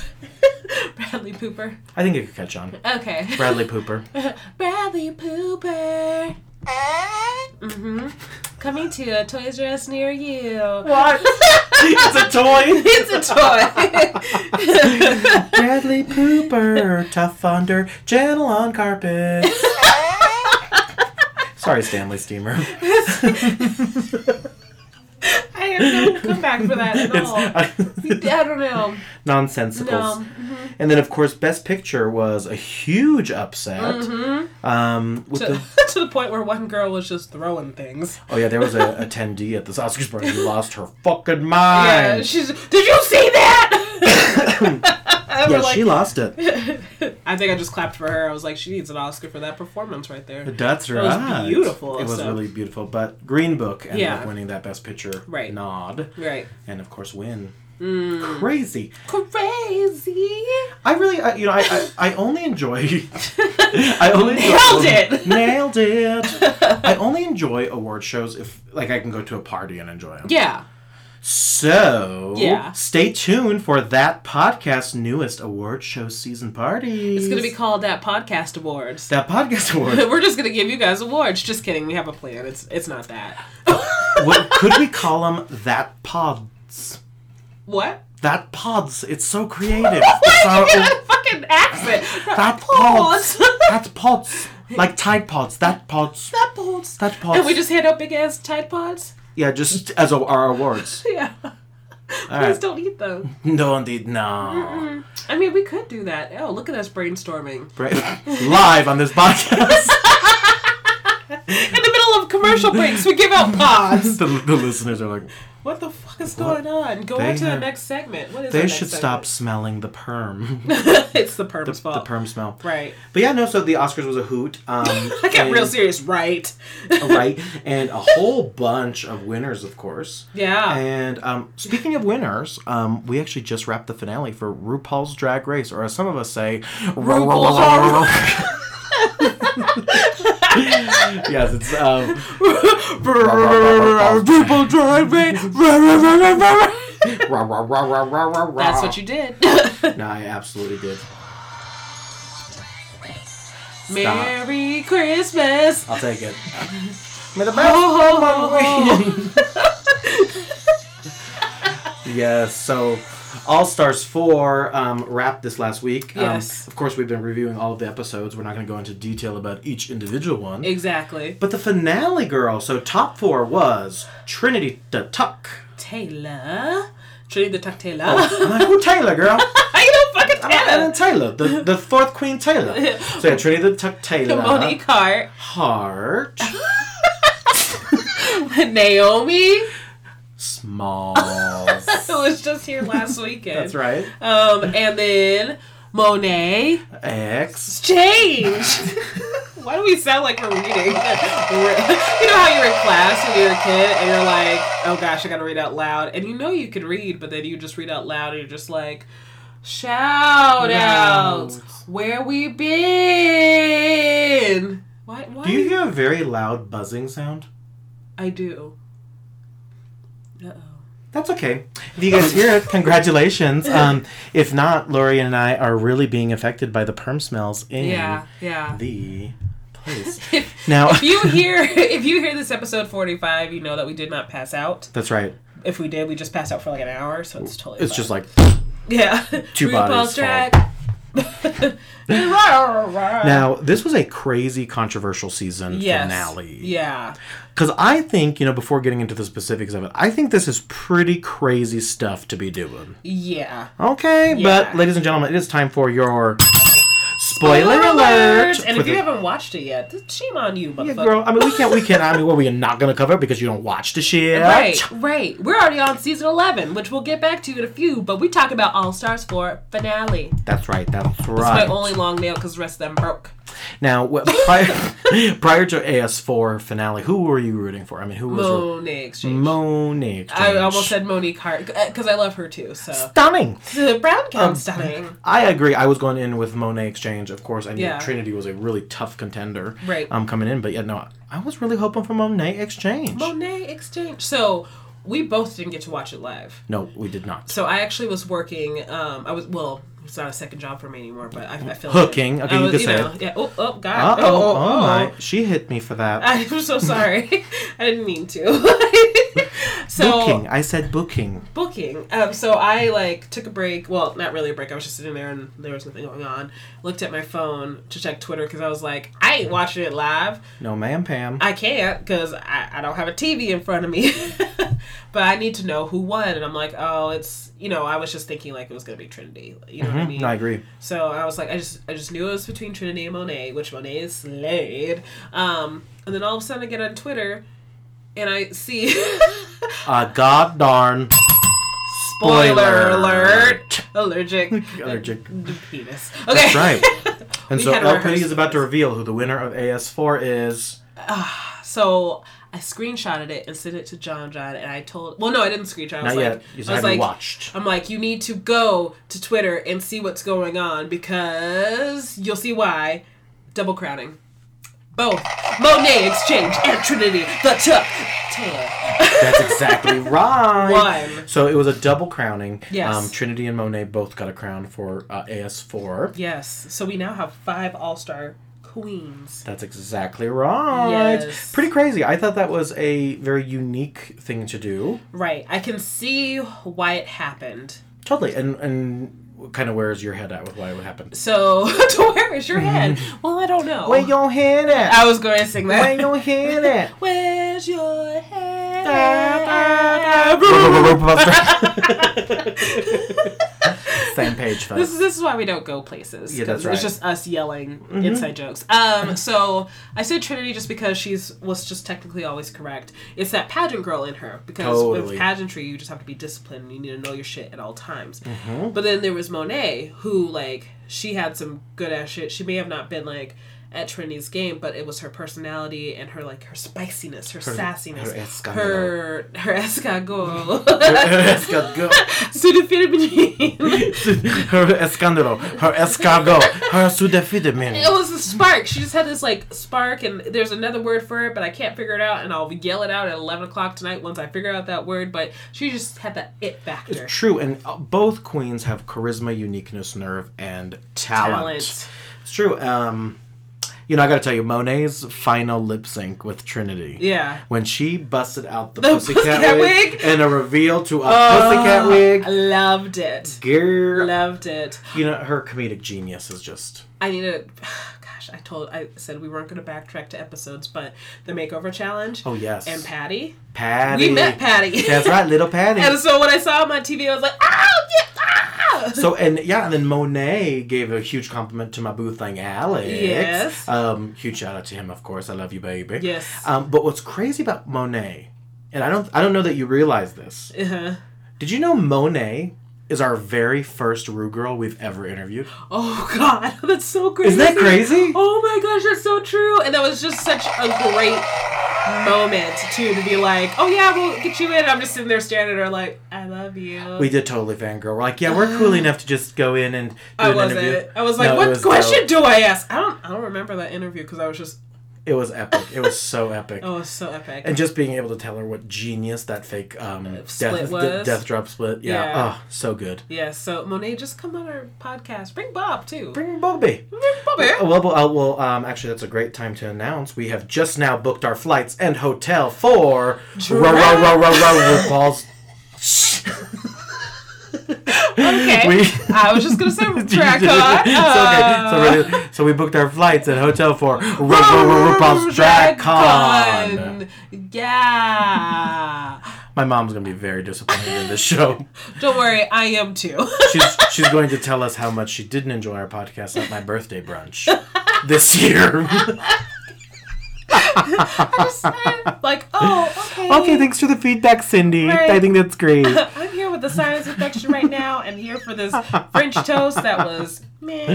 Speaker 4: Bradley Pooper.
Speaker 2: I think it could catch on.
Speaker 4: Okay.
Speaker 2: Bradley Pooper.
Speaker 4: Bradley Pooper. hmm Coming to a Toys R Us near you.
Speaker 2: What? it's a toy.
Speaker 4: It's a toy.
Speaker 2: Bradley Pooper, tough under, gentle on carpet. Sorry, Stanley Steamer.
Speaker 4: I have no comeback for that at all. I
Speaker 2: It's
Speaker 4: don't know.
Speaker 2: nonsensicals.
Speaker 4: Oh. No.
Speaker 2: And then, of course, Best Picture was a huge upset.
Speaker 4: Mm-hmm.
Speaker 2: Um, with
Speaker 4: To,
Speaker 2: the,
Speaker 4: to the point where one girl was just throwing things.
Speaker 2: oh yeah, there was a attendee at this Oscars party who lost her fucking mind.
Speaker 4: Yeah, she's. Did you see that? And we're
Speaker 2: Yeah, she lost it.
Speaker 4: I think I just clapped for her. I was like, she needs an Oscar for that performance right there.
Speaker 2: That's
Speaker 4: was
Speaker 2: right.
Speaker 4: beautiful,
Speaker 2: It was
Speaker 4: so-
Speaker 2: really beautiful. But Green Book ended
Speaker 4: Yeah.
Speaker 2: up winning that Best Picture
Speaker 4: Right. Mm.
Speaker 2: nod,
Speaker 4: Right.
Speaker 2: and of course, win. Crazy.
Speaker 4: Crazy.
Speaker 2: I really, I, you know, I, I, I only enjoy. I only enjoy-
Speaker 4: Nailed it!
Speaker 2: Nailed it. I only enjoy award shows if, like, I can go to a party and enjoy them.
Speaker 4: Yeah.
Speaker 2: So,
Speaker 4: Yeah.
Speaker 2: stay tuned for that podcast's newest award show season party.
Speaker 4: It's going to be called that podcast awards.
Speaker 2: that podcast award.
Speaker 4: We're just going to give you guys awards. Just kidding. We have a plan. It's it's not that.
Speaker 2: what could we call them? That pods.
Speaker 4: What?
Speaker 2: That pods. It's so creative. It's our-
Speaker 4: Fucking accent.
Speaker 2: that pods. that pods. Like Tide pods. That pods.
Speaker 4: that pods.
Speaker 2: That pods.
Speaker 4: And we just hand out big ass Tide Pods?
Speaker 2: yeah, just as a, our awards.
Speaker 4: Yeah.
Speaker 2: All
Speaker 4: Please
Speaker 2: right.
Speaker 4: don't eat them.
Speaker 2: No, indeed, no.
Speaker 4: I mean, we could do that. Oh, look at us brainstorming.
Speaker 2: Right. Live on this podcast.
Speaker 4: In the middle of commercial breaks, we give out pods.
Speaker 2: the, the listeners are like,
Speaker 4: What the fuck is going on? Go
Speaker 2: They
Speaker 4: on to the
Speaker 2: have-
Speaker 4: next segment. What is our
Speaker 2: they
Speaker 4: next
Speaker 2: should stop
Speaker 4: segment?
Speaker 2: smelling the perm.
Speaker 4: it's the perm's fault.
Speaker 2: the perm smell.
Speaker 4: Right.
Speaker 2: But yeah, no. So the Oscars was a hoot. Um,
Speaker 4: I got
Speaker 2: and-
Speaker 4: real serious, right?
Speaker 2: right? And a whole bunch of winners, of course.
Speaker 4: Yeah.
Speaker 2: And um, speaking of winners, um, we actually just wrapped the finale for RuPaul's Drag Race, or as some of us say,
Speaker 4: RuPaul's-
Speaker 2: yes, it's um,
Speaker 4: RuPaul Drag Race. That's
Speaker 2: that's
Speaker 4: what you did.
Speaker 2: No, I absolutely did.
Speaker 4: Merry Christmas.
Speaker 2: I'll take it. May the best woman win. yes, so All Stars 4 um, wrapped this last week. Um,
Speaker 4: Yes.
Speaker 2: of course, we've been reviewing all of the episodes. We're not going to go into detail about each individual one.
Speaker 4: Exactly.
Speaker 2: but the finale girl, so top four was Trinity the Tuck.
Speaker 4: Taylor. Trinity the Tuck Taylor.
Speaker 2: I'm like, who Taylor, girl?
Speaker 4: How you don't fucking
Speaker 2: Oh. I'm like, Ellen
Speaker 4: Taylor?
Speaker 2: Taylor, the, the fourth queen Taylor. So yeah, Trinity the Tuck Taylor.
Speaker 4: Monique Hart.
Speaker 2: Heart.
Speaker 4: Naomi,
Speaker 2: Smalls.
Speaker 4: who was just here last weekend.
Speaker 2: That's right.
Speaker 4: Um, and then Monet
Speaker 2: X.
Speaker 4: change. Why do we sound like we're reading? We're- you know how you're in class when you're a kid and you're like, oh gosh, I gotta read out loud, and you know you could read, but then you just read out loud and you're just like, shout outs, where we been? Why? Why?
Speaker 2: Do you hear a very loud buzzing sound?
Speaker 4: I do. Uh oh.
Speaker 2: That's okay. If you guys hear it, congratulations. Um, if not, Lori and I are really being affected by the perm smells in
Speaker 4: Yeah, yeah.
Speaker 2: the place.
Speaker 4: If,
Speaker 2: Now,
Speaker 4: If you hear if you hear this episode 45, you know that we did not pass out.
Speaker 2: that's right.
Speaker 4: If we did, we just passed out for like an hour, so it's totally
Speaker 2: It's
Speaker 4: fine.
Speaker 2: just like
Speaker 4: yeah.
Speaker 2: two bodies
Speaker 4: RuPaul's
Speaker 2: fall.
Speaker 4: track. now,
Speaker 2: now this was a crazy controversial season finale.
Speaker 4: Yeah.
Speaker 2: Because I think, you know, before getting into the specifics of it, I think this is pretty crazy stuff to be doing.
Speaker 4: Yeah.
Speaker 2: Okay, but
Speaker 4: Yeah.
Speaker 2: ladies and gentlemen, it is time for your spoiler alert.
Speaker 4: And
Speaker 2: for
Speaker 4: if you
Speaker 2: the-
Speaker 4: haven't watched it yet, th- shame on you,
Speaker 2: Yeah,
Speaker 4: motherfucker.
Speaker 2: girl, I mean, we can't, we can't, I mean, what, we are not going to cover it because you don't watch the shit.
Speaker 4: Right, right. We're already on season 11, which we'll get back to in a few, but we talk about All Stars 4 finale.
Speaker 2: That's right, that's
Speaker 4: My
Speaker 2: right.
Speaker 4: only long nail because the rest of them broke.
Speaker 2: now, wh- prior, prior to AS4 finale, who were you rooting for? I mean, who was your-
Speaker 4: Monique. Exchange.
Speaker 2: Monique?
Speaker 4: I
Speaker 2: James.
Speaker 4: almost said Monique Hart because I love her too. So
Speaker 2: Stunning!
Speaker 4: the brown
Speaker 2: um,
Speaker 4: count stunning.
Speaker 2: I agree. I was going in with Monet Exchange, of course. I knew
Speaker 4: Yeah.
Speaker 2: Trinity was a really tough contender.
Speaker 4: Right.
Speaker 2: Um, coming in, but yeah, no, I was really hoping for Monet Exchange.
Speaker 4: Monet exchange. So we both didn't get to watch it live.
Speaker 2: no, we did not.
Speaker 4: So I actually was working. Um, I was well. It's not a second job for me anymore, but I, I feel
Speaker 2: Hooking. Okay,
Speaker 4: I
Speaker 2: you can say
Speaker 4: know, yeah. Oh, oh,
Speaker 2: Uh
Speaker 4: God.
Speaker 2: oh, oh, my! She hit me for that.
Speaker 4: I'm so sorry. I didn't mean to. so
Speaker 2: booking. I said booking.
Speaker 4: booking. Um, so I like took a break. Well, not really a break. I was just sitting there and there was nothing going on. Looked at my phone to check Twitter because I was like, I ain't watching it live.
Speaker 2: No, ma'am, Pam.
Speaker 4: I can't because I, I don't have a TV in front of me. but I need to know who won. And I'm like, oh, it's, you know, I was just thinking like it was going to be Trinity. You know what I
Speaker 2: Mhm,
Speaker 4: mean?
Speaker 2: no, I agree.
Speaker 4: So I was like, I just, I just knew it was between Trinity and Monet, which Monet is slayed. Um, and then all of a sudden I get on Twitter and I see
Speaker 2: Uh, god darn
Speaker 4: spoiler alert, allergic,
Speaker 2: allergic.
Speaker 4: penis. Okay.
Speaker 2: That's right. And
Speaker 4: We
Speaker 2: so
Speaker 4: had
Speaker 2: LP
Speaker 4: rehearsed
Speaker 2: is about to
Speaker 4: this.
Speaker 2: reveal who the winner of AS4 is.
Speaker 4: So I screenshotted it and sent it to John John, and I told. Well, no, I didn't screenshot. I was
Speaker 2: Not
Speaker 4: like,
Speaker 2: yet. You just
Speaker 4: I was
Speaker 2: haven't
Speaker 4: like,
Speaker 2: watched.
Speaker 4: I'm like, you need to go to Twitter and see what's going on because you'll see why. Double crowning, both Monet Exchange and Trinity the Tuck Taylor.
Speaker 2: That's exactly right.
Speaker 4: One.
Speaker 2: So it was a double crowning.
Speaker 4: Yes.
Speaker 2: Um, Trinity and Monet both got a crown for uh, AS4.
Speaker 4: Yes. So we now have five All Star queens.
Speaker 2: That's exactly right.
Speaker 4: Yes.
Speaker 2: Pretty crazy. I thought that was a very unique thing to do.
Speaker 4: Right. I can see why it happened.
Speaker 2: Totally. And and kind of where's your head at with why it would happen?
Speaker 4: So to where is your head? Well, I don't know.
Speaker 2: Where your head at?
Speaker 4: I was going to sing that.
Speaker 2: Where your head at?
Speaker 4: Where's your head?
Speaker 2: Same page,
Speaker 4: This
Speaker 2: folks.
Speaker 4: is, this is why we don't go places.
Speaker 2: Yeah, that's
Speaker 4: 'cause It's
Speaker 2: right. Mm-hmm.
Speaker 4: just us yelling inside jokes. Um, so I said Trinity just because she's was just technically always correct. It's that pageant girl in her because
Speaker 2: Totally.
Speaker 4: with pageantry you just have to be disciplined. and You need to know your shit at all times.
Speaker 2: Mm-hmm.
Speaker 4: But then there was Monet who like she had some good ass shit. She may have not been like at Trinity's game, but it was her personality and her like her spiciness, her,
Speaker 2: her
Speaker 4: sassiness,
Speaker 2: escamillo.
Speaker 4: her her escargot.
Speaker 2: Escargot.
Speaker 4: Pseudo-Philippine.
Speaker 2: Her escandalo. Her escargot. Her
Speaker 4: It
Speaker 2: sudafidamin.
Speaker 4: was a spark. She just had this like spark, and there's another word for it, but I can't figure it out, and I'll yell it out at 11 o'clock tonight once I figure out that word. But she just had that it factor.
Speaker 2: True, and uh, both queens have charisma, uniqueness, nerve, and talent.
Speaker 4: Talent.
Speaker 2: It's true. Um, you know, I gotta tell you, Monet's final lip sync with Trinity.
Speaker 4: Yeah.
Speaker 2: When she busted out the,
Speaker 4: The
Speaker 2: pussycat,
Speaker 4: pussycat
Speaker 2: wig,
Speaker 4: wig? Oh.
Speaker 2: and a reveal to a pussycat
Speaker 4: I
Speaker 2: wig,
Speaker 4: loved it.
Speaker 2: girl,
Speaker 4: Loved it.
Speaker 2: you know her comedic genius is just
Speaker 4: I need to. Gosh, I told. I said we weren't going to backtrack to episodes, but the makeover challenge.
Speaker 2: oh yes.
Speaker 4: And Patty.
Speaker 2: Patty,
Speaker 4: We met Patty.
Speaker 2: That's right, little Patty.
Speaker 4: and so when I saw him on TV, I was like, oh, yeah, ah!
Speaker 2: So and yeah, and then Monet gave a huge compliment to my boo thing, Alex.
Speaker 4: Yes.
Speaker 2: Um, huge shout out to him, of course. I love you, baby.
Speaker 4: Yes.
Speaker 2: Um, but what's crazy about Monet, and I don't, I don't know that you realize this.
Speaker 4: Uh-huh.
Speaker 2: Did you know Monet is our very first Rue girl we've ever interviewed?
Speaker 4: Oh God, that's so crazy.
Speaker 2: Isn't that crazy?
Speaker 4: Oh my gosh, that's so true. And that was just such a great moment too to be like, oh yeah, we'll get you in. I'm just sitting there staring at her like, I love you.
Speaker 2: We did totally fangirl. We're like, yeah, we're cool enough to just go in and do
Speaker 4: I
Speaker 2: an
Speaker 4: wasn't.
Speaker 2: interview.
Speaker 4: I was like,
Speaker 2: No, it
Speaker 4: what
Speaker 2: was uh,
Speaker 4: question
Speaker 2: dope.
Speaker 4: do I ask? I don't. I don't remember that interview because I was just
Speaker 2: It was epic. It was so epic.
Speaker 4: Oh, it's so epic.
Speaker 2: And just being able to tell her what genius that fake um,
Speaker 4: split
Speaker 2: death,
Speaker 4: was.
Speaker 2: death drop split. Yeah.
Speaker 4: Yeah.
Speaker 2: Oh, so good.
Speaker 4: yeah, so Monet, just come on our podcast. Bring Bob too.
Speaker 2: Bring Bobby.
Speaker 4: Bring Bob here.
Speaker 2: Oh, Well, well, uh, well um, actually, that's a great time to announce we have just now booked our flights and hotel for ro- ro- ro- ro- ro- RuPaul's.
Speaker 4: Okay.
Speaker 2: We-
Speaker 4: I was just gonna say track on.
Speaker 2: It's okay. So, we, so we booked our flights and hotel for ro- ro-
Speaker 4: um,
Speaker 2: ro- RuPaul's Drag Con.
Speaker 4: Yeah.
Speaker 2: My mom's gonna be very disappointed in this show.
Speaker 4: Don't worry, I am too.
Speaker 2: She's she's going to tell us how much she didn't enjoy our podcast at my birthday brunch this year.
Speaker 4: I just I'm like, oh, okay.
Speaker 2: okay, thanks for the feedback, Cindy.
Speaker 4: Right.
Speaker 2: I think that's great.
Speaker 4: I'm here with the sinus infection right now, and here for this French toast that was meh.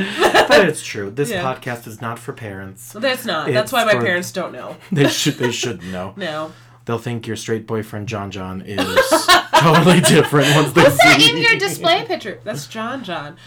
Speaker 2: but it's true. This
Speaker 4: Yeah.
Speaker 2: podcast is not for parents.
Speaker 4: That's not.
Speaker 2: It's
Speaker 4: That's why my
Speaker 2: for-
Speaker 4: parents don't know.
Speaker 2: They should they should know.
Speaker 4: No.
Speaker 2: They'll think your straight boyfriend John John is totally different once they
Speaker 4: What's that
Speaker 2: see.
Speaker 4: in your display picture? That's John John.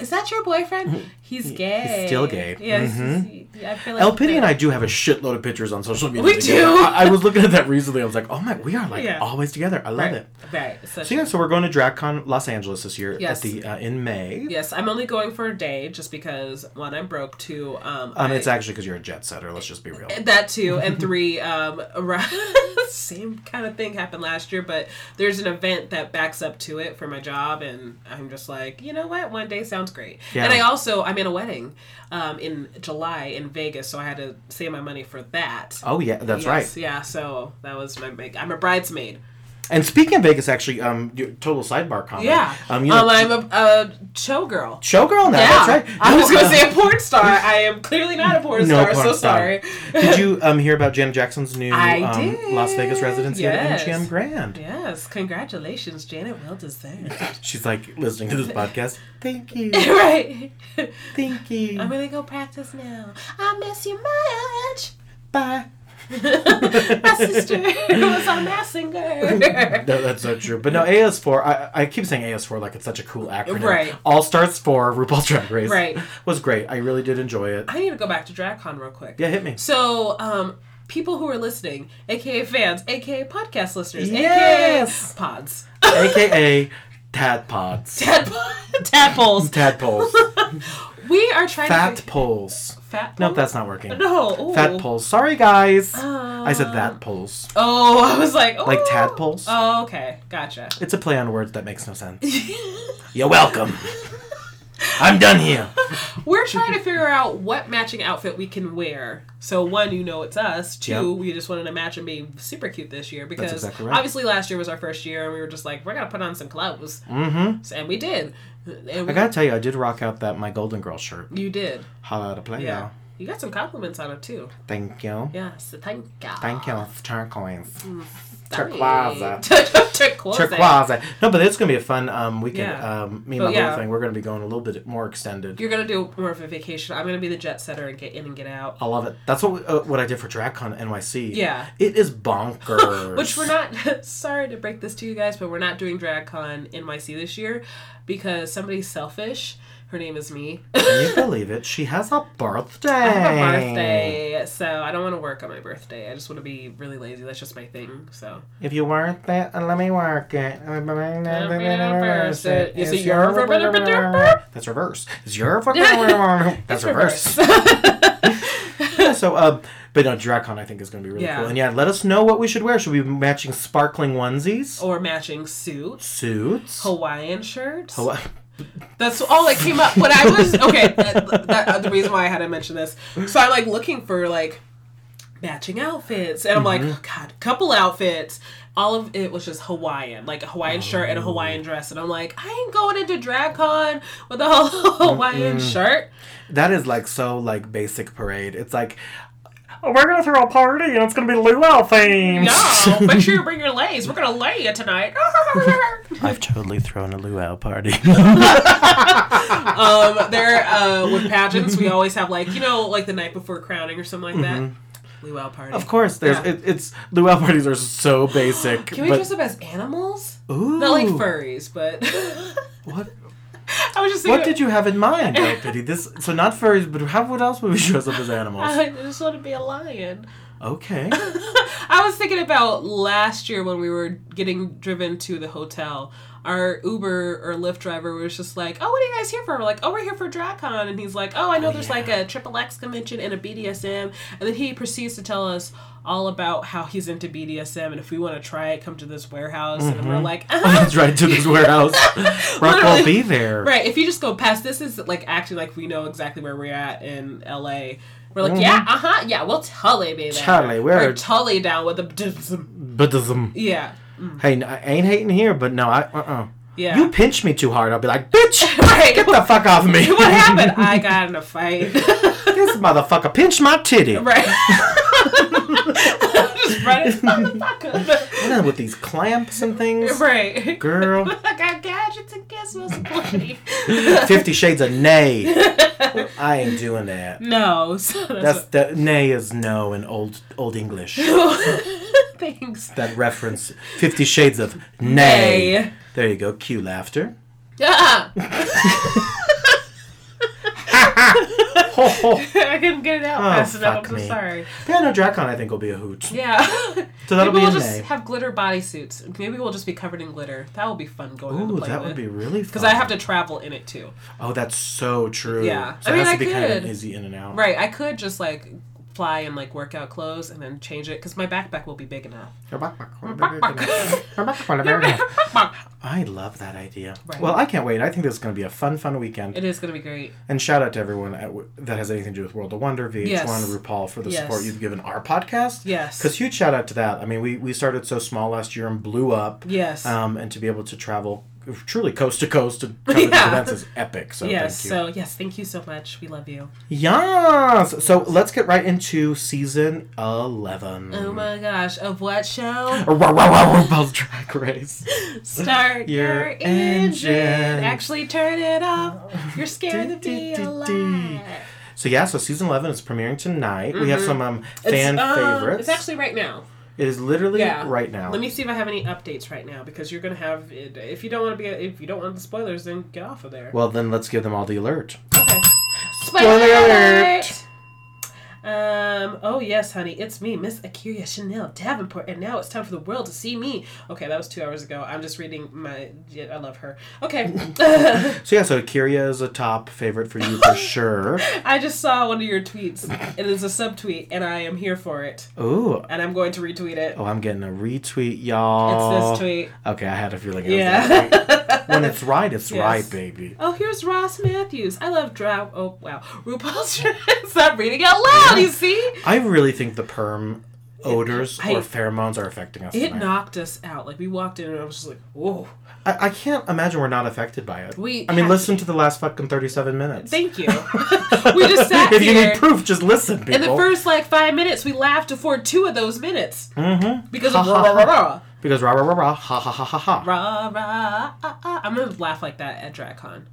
Speaker 4: Is that your boyfriend? He's gay.
Speaker 2: He's still gay. Mm-hmm.
Speaker 4: Yes. he's- I feel like
Speaker 2: El Pity and I do have a shitload of pictures on social media.
Speaker 4: We
Speaker 2: together.
Speaker 4: do.
Speaker 2: I, I was looking at that recently. I was like, oh my, we are like
Speaker 4: Yeah.
Speaker 2: always together. I love
Speaker 4: Right.
Speaker 2: it.
Speaker 4: Right. So,
Speaker 2: So yeah, so we're going to DragCon Los Angeles this year
Speaker 4: Yes.
Speaker 2: at the uh, in May.
Speaker 4: yes, I'm only going for a day just because one, I'm broke. Two, um,
Speaker 2: Um,
Speaker 4: I-
Speaker 2: it's actually because you're a jet setter. Let's just be real.
Speaker 4: That too, and three, um, around, same kind of thing happened last year, but there's an event that backs up to it for my job, and I'm just like, you know what, one day sounds great.
Speaker 2: Yeah.
Speaker 4: And I also, I'm in a wedding, um, in July in Vegas, so I had to save my money for that.
Speaker 2: Oh yeah, that's
Speaker 4: Yes,
Speaker 2: right.
Speaker 4: Yeah, so that was my big. I'm a bridesmaid.
Speaker 2: And speaking of Vegas, actually, um, your total sidebar comment.
Speaker 4: Yeah.
Speaker 2: Um, you know,
Speaker 4: I'm a, a showgirl.
Speaker 2: showgirl now.
Speaker 4: Yeah.
Speaker 2: That's right.
Speaker 4: I was
Speaker 2: No,
Speaker 4: gonna
Speaker 2: uh,
Speaker 4: say a porn star. I am clearly not a porn
Speaker 2: No
Speaker 4: star.
Speaker 2: porn
Speaker 4: so
Speaker 2: star.
Speaker 4: sorry.
Speaker 2: Did you um, hear about Janet Jackson's new
Speaker 4: I
Speaker 2: um,
Speaker 4: did.
Speaker 2: Las Vegas residency
Speaker 4: Yes.
Speaker 2: at MGM Grand?
Speaker 4: Yes, congratulations, Janet. Well deserved.
Speaker 2: She's like listening to this podcast. Thank you,
Speaker 4: right.
Speaker 2: thank you.
Speaker 4: I'm gonna go practice now. I miss you much.
Speaker 2: Bye.
Speaker 4: My sister was on Massinger.
Speaker 2: No, that's so true. But no, AS4. I, I keep saying AS4 like it's such a cool acronym.
Speaker 4: Right.
Speaker 2: All Stars for RuPaul's Drag Race.
Speaker 4: Right.
Speaker 2: Was great. I really did enjoy it.
Speaker 4: I need to go back to DragCon real quick.
Speaker 2: Yeah, hit me.
Speaker 4: So, um, people who are listening, aka fans, aka podcast listeners,
Speaker 2: Yes.
Speaker 4: aka pods,
Speaker 2: AKA Tadpods.
Speaker 4: Tadpo- tadpoles,
Speaker 2: Tadpoles.
Speaker 4: we are trying to
Speaker 2: Fat
Speaker 4: fi-
Speaker 2: poles.
Speaker 4: fat
Speaker 2: Nope,
Speaker 4: poles?
Speaker 2: that's not working.
Speaker 4: no Ah. ooh.
Speaker 2: Fat poles. Sorry, guys. I said that poles.
Speaker 4: Oh, I was like
Speaker 2: Like
Speaker 4: ooh.
Speaker 2: tadpoles?
Speaker 4: Oh, okay, gotcha.
Speaker 2: It's a play on words that makes no sense. You're welcome. I'm done here.
Speaker 4: We're trying to figure out what matching outfit we can wear. So one, you know it's us. Two,
Speaker 2: Yep.
Speaker 4: we just wanted to match and be super cute this year because
Speaker 2: exactly right.
Speaker 4: obviously last year was our first year and we were just like, we're gonna put on some clothes, mm-hmm. and we did. And
Speaker 2: I gotta tell you, I did rock out that my Golden Girl shirt.
Speaker 4: you did.
Speaker 2: Holla at a play
Speaker 4: Yeah.
Speaker 2: yeah.
Speaker 4: You got some compliments on it too.
Speaker 2: Thank you.
Speaker 4: Yes, thank God.
Speaker 2: Thank you. It's turquoise.
Speaker 4: Mm. Turquoise.
Speaker 2: Turquoise.
Speaker 4: Turquoise.
Speaker 2: Turquoise. No, but it's gonna be a fun um, weekend.
Speaker 4: Yeah.
Speaker 2: Um, me and my
Speaker 4: But yeah.
Speaker 2: little thing, we're gonna be going a little bit more extended.
Speaker 4: You're gonna do more of a vacation. I'm gonna be the jet setter and get in and get out.
Speaker 2: I love it. That's what we, uh, what I did for DragCon NYC.
Speaker 4: Yeah.
Speaker 2: It is bonkers.
Speaker 4: Which we're not. Sorry to break this to you guys, but we're not doing DragCon NYC this year because somebody's selfish. Her name is me.
Speaker 2: Can you believe it? She has a birthday.
Speaker 4: I have a birthday, so I don't want to work on my birthday. I just want to be really lazy. That's just my thing. So
Speaker 2: If you weren't that, let me work it.
Speaker 4: reverse it. Is it your-
Speaker 2: That's reverse. It's your That's reverse. Yeah, so, uh, but no, DragCon I think is going to be really
Speaker 4: Yeah.
Speaker 2: cool. And yeah, let us know what we should wear. Should we be matching sparkling onesies?
Speaker 4: or matching suits,
Speaker 2: Suits? Oh, uh,
Speaker 4: Hawaiian shirts.
Speaker 2: Hawa-
Speaker 4: That's all that came up when I was okay. That, that, the reason why I had to mention this, so I'm like looking for like matching outfits, and I'm like, oh,
Speaker 2: Mm-hmm.
Speaker 4: God, couple outfits. All of it was just Hawaiian, like a
Speaker 2: Oh,
Speaker 4: Hawaiian shirt and a Hawaiian dress, and I'm like, I ain't going into DragCon with a whole Hawaiian shirt.
Speaker 2: That is like so like basic parade. It's like, "Oh, we're going to throw a party and it's going to be luau themed.
Speaker 4: No, make sure you bring your lays. We're gonna lay you tonight.
Speaker 2: I've totally thrown a luau party.
Speaker 4: um, there uh, with pageants, we always have like you know, like the night before crowning or something like that. Luau party.
Speaker 2: Mm-hmm. Of course, there's
Speaker 4: Yeah.
Speaker 2: it, it's luau parties are so basic.
Speaker 4: Can we
Speaker 2: but,
Speaker 4: dress up as animals?
Speaker 2: Ooh,
Speaker 4: Not like furries, but
Speaker 2: What?
Speaker 4: I was just thinking.
Speaker 2: What did you have in mind, Oh Pity? This so not furries, but how what else would we dress up as animals?
Speaker 4: I just want to be a lion.
Speaker 2: Okay.
Speaker 4: I was thinking about last year when we were getting driven to the hotel. Our Uber or Lyft driver was just like, "Oh, what are you guys here for?" We're like, "Oh, we're here for DragCon," and he's like, "Oh, I know there's like a Triple X convention and a BDSM," and then he proceeds to tell us all about how he's into BDSM and if we want to try it, come to this warehouse, and
Speaker 2: Mm-hmm.
Speaker 4: we're like, uh-huh.
Speaker 2: Let's ride to this warehouse. Rock will be there.
Speaker 4: Right. If you just go past this, is like acting like we know exactly where we're at in LA. We're like, yeah, uh huh, yeah. Well, Tully be there.
Speaker 2: Mm-hmm. Tully, we're-
Speaker 4: Or Tully down with the.
Speaker 2: But um,
Speaker 4: Yeah. mm,
Speaker 2: hey, I ain't hating here, but no, I uh uh
Speaker 4: Yeah.
Speaker 2: You pinch me too hard, I'll be like, bitch,
Speaker 4: Right.
Speaker 2: get the fuck off me.
Speaker 4: what happened? I got in a fight.
Speaker 2: this motherfucker pinched my titty.
Speaker 4: right. Just running from the fucker.
Speaker 2: Man, with these clamps and things.
Speaker 4: Right.
Speaker 2: Girl.
Speaker 4: I got gadgets and gizmos plenty.
Speaker 2: Fifty Shades of Nay. I ain't doing that.
Speaker 4: no. So
Speaker 2: That's that. Nay is no in old old English.
Speaker 4: what- Thanks.
Speaker 2: That reference Fifty Shades of Nay.
Speaker 4: Nay.
Speaker 2: There you go. Cue laughter.
Speaker 4: Ah,
Speaker 2: Ho ho.
Speaker 4: I couldn't get it out
Speaker 2: Oh,
Speaker 4: fast enough.
Speaker 2: fuck
Speaker 4: I'm
Speaker 2: me.
Speaker 4: sorry.
Speaker 2: Yeah, no, Dracon I think will be a hoot.
Speaker 4: Yeah.
Speaker 2: So that'll be
Speaker 4: Maybe we'll
Speaker 2: a
Speaker 4: just
Speaker 2: nay.
Speaker 4: have glitter bodysuits. Maybe we'll just be covered in glitter. That would be fun going on to
Speaker 2: Ooh,
Speaker 4: play
Speaker 2: that would be really fun.
Speaker 4: Because I have to travel in it too.
Speaker 2: Oh, that's so true.
Speaker 4: Yeah.
Speaker 2: So
Speaker 4: I
Speaker 2: it
Speaker 4: mean,
Speaker 2: has
Speaker 4: I
Speaker 2: to be kind of an
Speaker 4: could.
Speaker 2: easy in and out.
Speaker 4: Right, I could just like fly in like workout clothes and then change it because my backpack will be big enough.
Speaker 2: I love that idea.
Speaker 4: Right.
Speaker 2: Well, I can't wait. I think this is going to be a fun, fun weekend.
Speaker 4: It is gonna be great.
Speaker 2: And shout out to everyone at, that has anything to do with World of Wonder, VH1,
Speaker 4: Yes.
Speaker 2: RuPaul for the
Speaker 4: Yes.
Speaker 2: support you've given our podcast.
Speaker 4: Yes.
Speaker 2: Because huge shout out to that. I mean, we, we started so small last year and blew up.
Speaker 4: Yes.
Speaker 2: Um, and to be able to travel truly coast to coast to cover these
Speaker 4: Yeah.
Speaker 2: events is epic. So
Speaker 4: yes.
Speaker 2: thank you.
Speaker 4: So yes, thank you so much. We love you.
Speaker 2: yes. So let's get right into season 11.
Speaker 4: Oh my gosh, of what show?
Speaker 2: Rah, rah, rah, RuPaul's Drag Race.
Speaker 4: Start your,
Speaker 2: Your
Speaker 4: engine.
Speaker 2: engine.
Speaker 4: Actually, turn it off. You're scared to be
Speaker 2: Dee, dee, dee,
Speaker 4: alive.
Speaker 2: dee. So yeah, so season eleven is premiering tonight. We have some um, fan
Speaker 4: Mm-hmm. it's, um,
Speaker 2: favorites.
Speaker 4: It's actually right now.
Speaker 2: It is literally
Speaker 4: Yeah.
Speaker 2: right now.
Speaker 4: Let me see if I have any updates right now because you're gonna have. it- If you don't want to be, if you don't want the spoilers, then get off of there.
Speaker 2: Well, then let's give them all the alert.
Speaker 4: Okay.
Speaker 2: Spoiler alert!
Speaker 4: Um. Oh yes, honey, it's me, Miss Akira Chanel Davenport, and now it's time for the world to see me. Okay, that was two hours ago. I'm just reading my. yeah, I love her. Okay.
Speaker 2: So yeah, so Kyria is a top favorite for you for sure.
Speaker 4: I just saw one of your tweets. It is a subtweet, and I am here for it.
Speaker 2: Ooh.
Speaker 4: And I'm going to retweet it.
Speaker 2: Oh, I'm getting a retweet, y'all.
Speaker 4: It's this tweet.
Speaker 2: Okay, I had a feeling. It was that tweet.
Speaker 4: Yeah.
Speaker 2: when it's right, it's
Speaker 4: Yes.
Speaker 2: right, baby.
Speaker 4: Oh, here's Ross Matthews. I love drag. Oh, wow. RuPaul's Stop reading out loud, you see?
Speaker 2: I really think the perm odors
Speaker 4: I-
Speaker 2: or pheromones are affecting us.
Speaker 4: It
Speaker 2: tonight.
Speaker 4: knocked us out. Like, we walked in and I was just like, whoa.
Speaker 2: I, I can't imagine we're not affected by it.
Speaker 4: We
Speaker 2: I mean,
Speaker 4: have
Speaker 2: listen to. the last fucking thirty-seven minutes.
Speaker 4: Thank you. we just sat
Speaker 2: if you
Speaker 4: here.
Speaker 2: need proof, just listen, people.
Speaker 4: in the first, like, five minutes, we laughed for two of those minutes.
Speaker 2: mm-hmm.
Speaker 4: Because of rah, rah, rah, rah.
Speaker 2: Because rah rah rah rah ha ha ha ha ha.
Speaker 4: Rah, rah, ah, ah. I'm going to laugh like that at DragCon.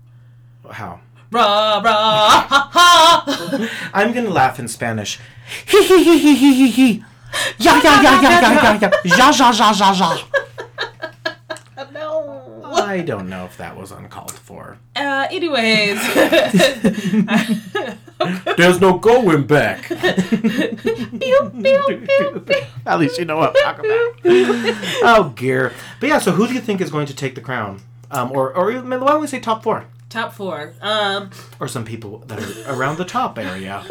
Speaker 2: How?
Speaker 4: Rah, rah, ha, ha.
Speaker 2: I'm gonna laugh in Spanish. Hee hee hee hee hee hee hee. Ya ya ya ya ya ya ya. Ya ya ya ya ya.
Speaker 4: no.
Speaker 2: I don't know if that was uncalled for.
Speaker 4: Uh, anyways.
Speaker 2: There's no going back.
Speaker 4: pew, pew, pew, pew.
Speaker 2: At least you know what I'm talking about. oh gear. But yeah, so who do you think is going to take the crown? Um, or or even- why don't we say top four?
Speaker 4: Top four. Um,
Speaker 2: Or some people that are around the top area.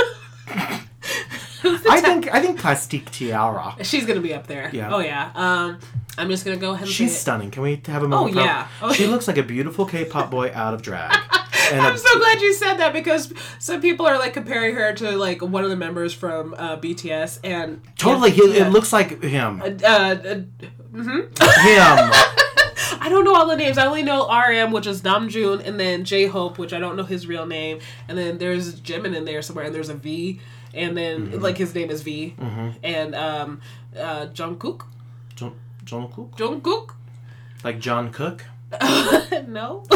Speaker 2: I think I think Plastique Tiara.
Speaker 4: she's gonna be up there.
Speaker 2: Yeah.
Speaker 4: Oh yeah. Um, I'm just gonna go ahead and
Speaker 2: She's
Speaker 4: say it.
Speaker 2: stunning. Can we have a moment?
Speaker 4: Oh,
Speaker 2: for-
Speaker 4: yeah. Oh,
Speaker 2: She
Speaker 4: yeah.
Speaker 2: looks like a beautiful K-pop boy out of drag. And
Speaker 4: I'm
Speaker 2: a-
Speaker 4: so glad you said that because some people are like comparing her to like one of the members from uh, BTS and
Speaker 2: totally,
Speaker 4: Yeah,
Speaker 2: he,
Speaker 4: yeah.
Speaker 2: it looks like him.
Speaker 4: Uh, uh, mhm.
Speaker 2: Him.
Speaker 4: I don't know all the names. I only know RM, which is Namjoon, and then J Hope, which I don't know his real name. And then there's Jimin in there somewhere, and there's a V, and then
Speaker 2: Mm-hmm.
Speaker 4: like his name is V, and um, uh, Jungkook,
Speaker 2: John, John Cook?
Speaker 4: Jungkook.
Speaker 2: Like John Cook?
Speaker 4: no.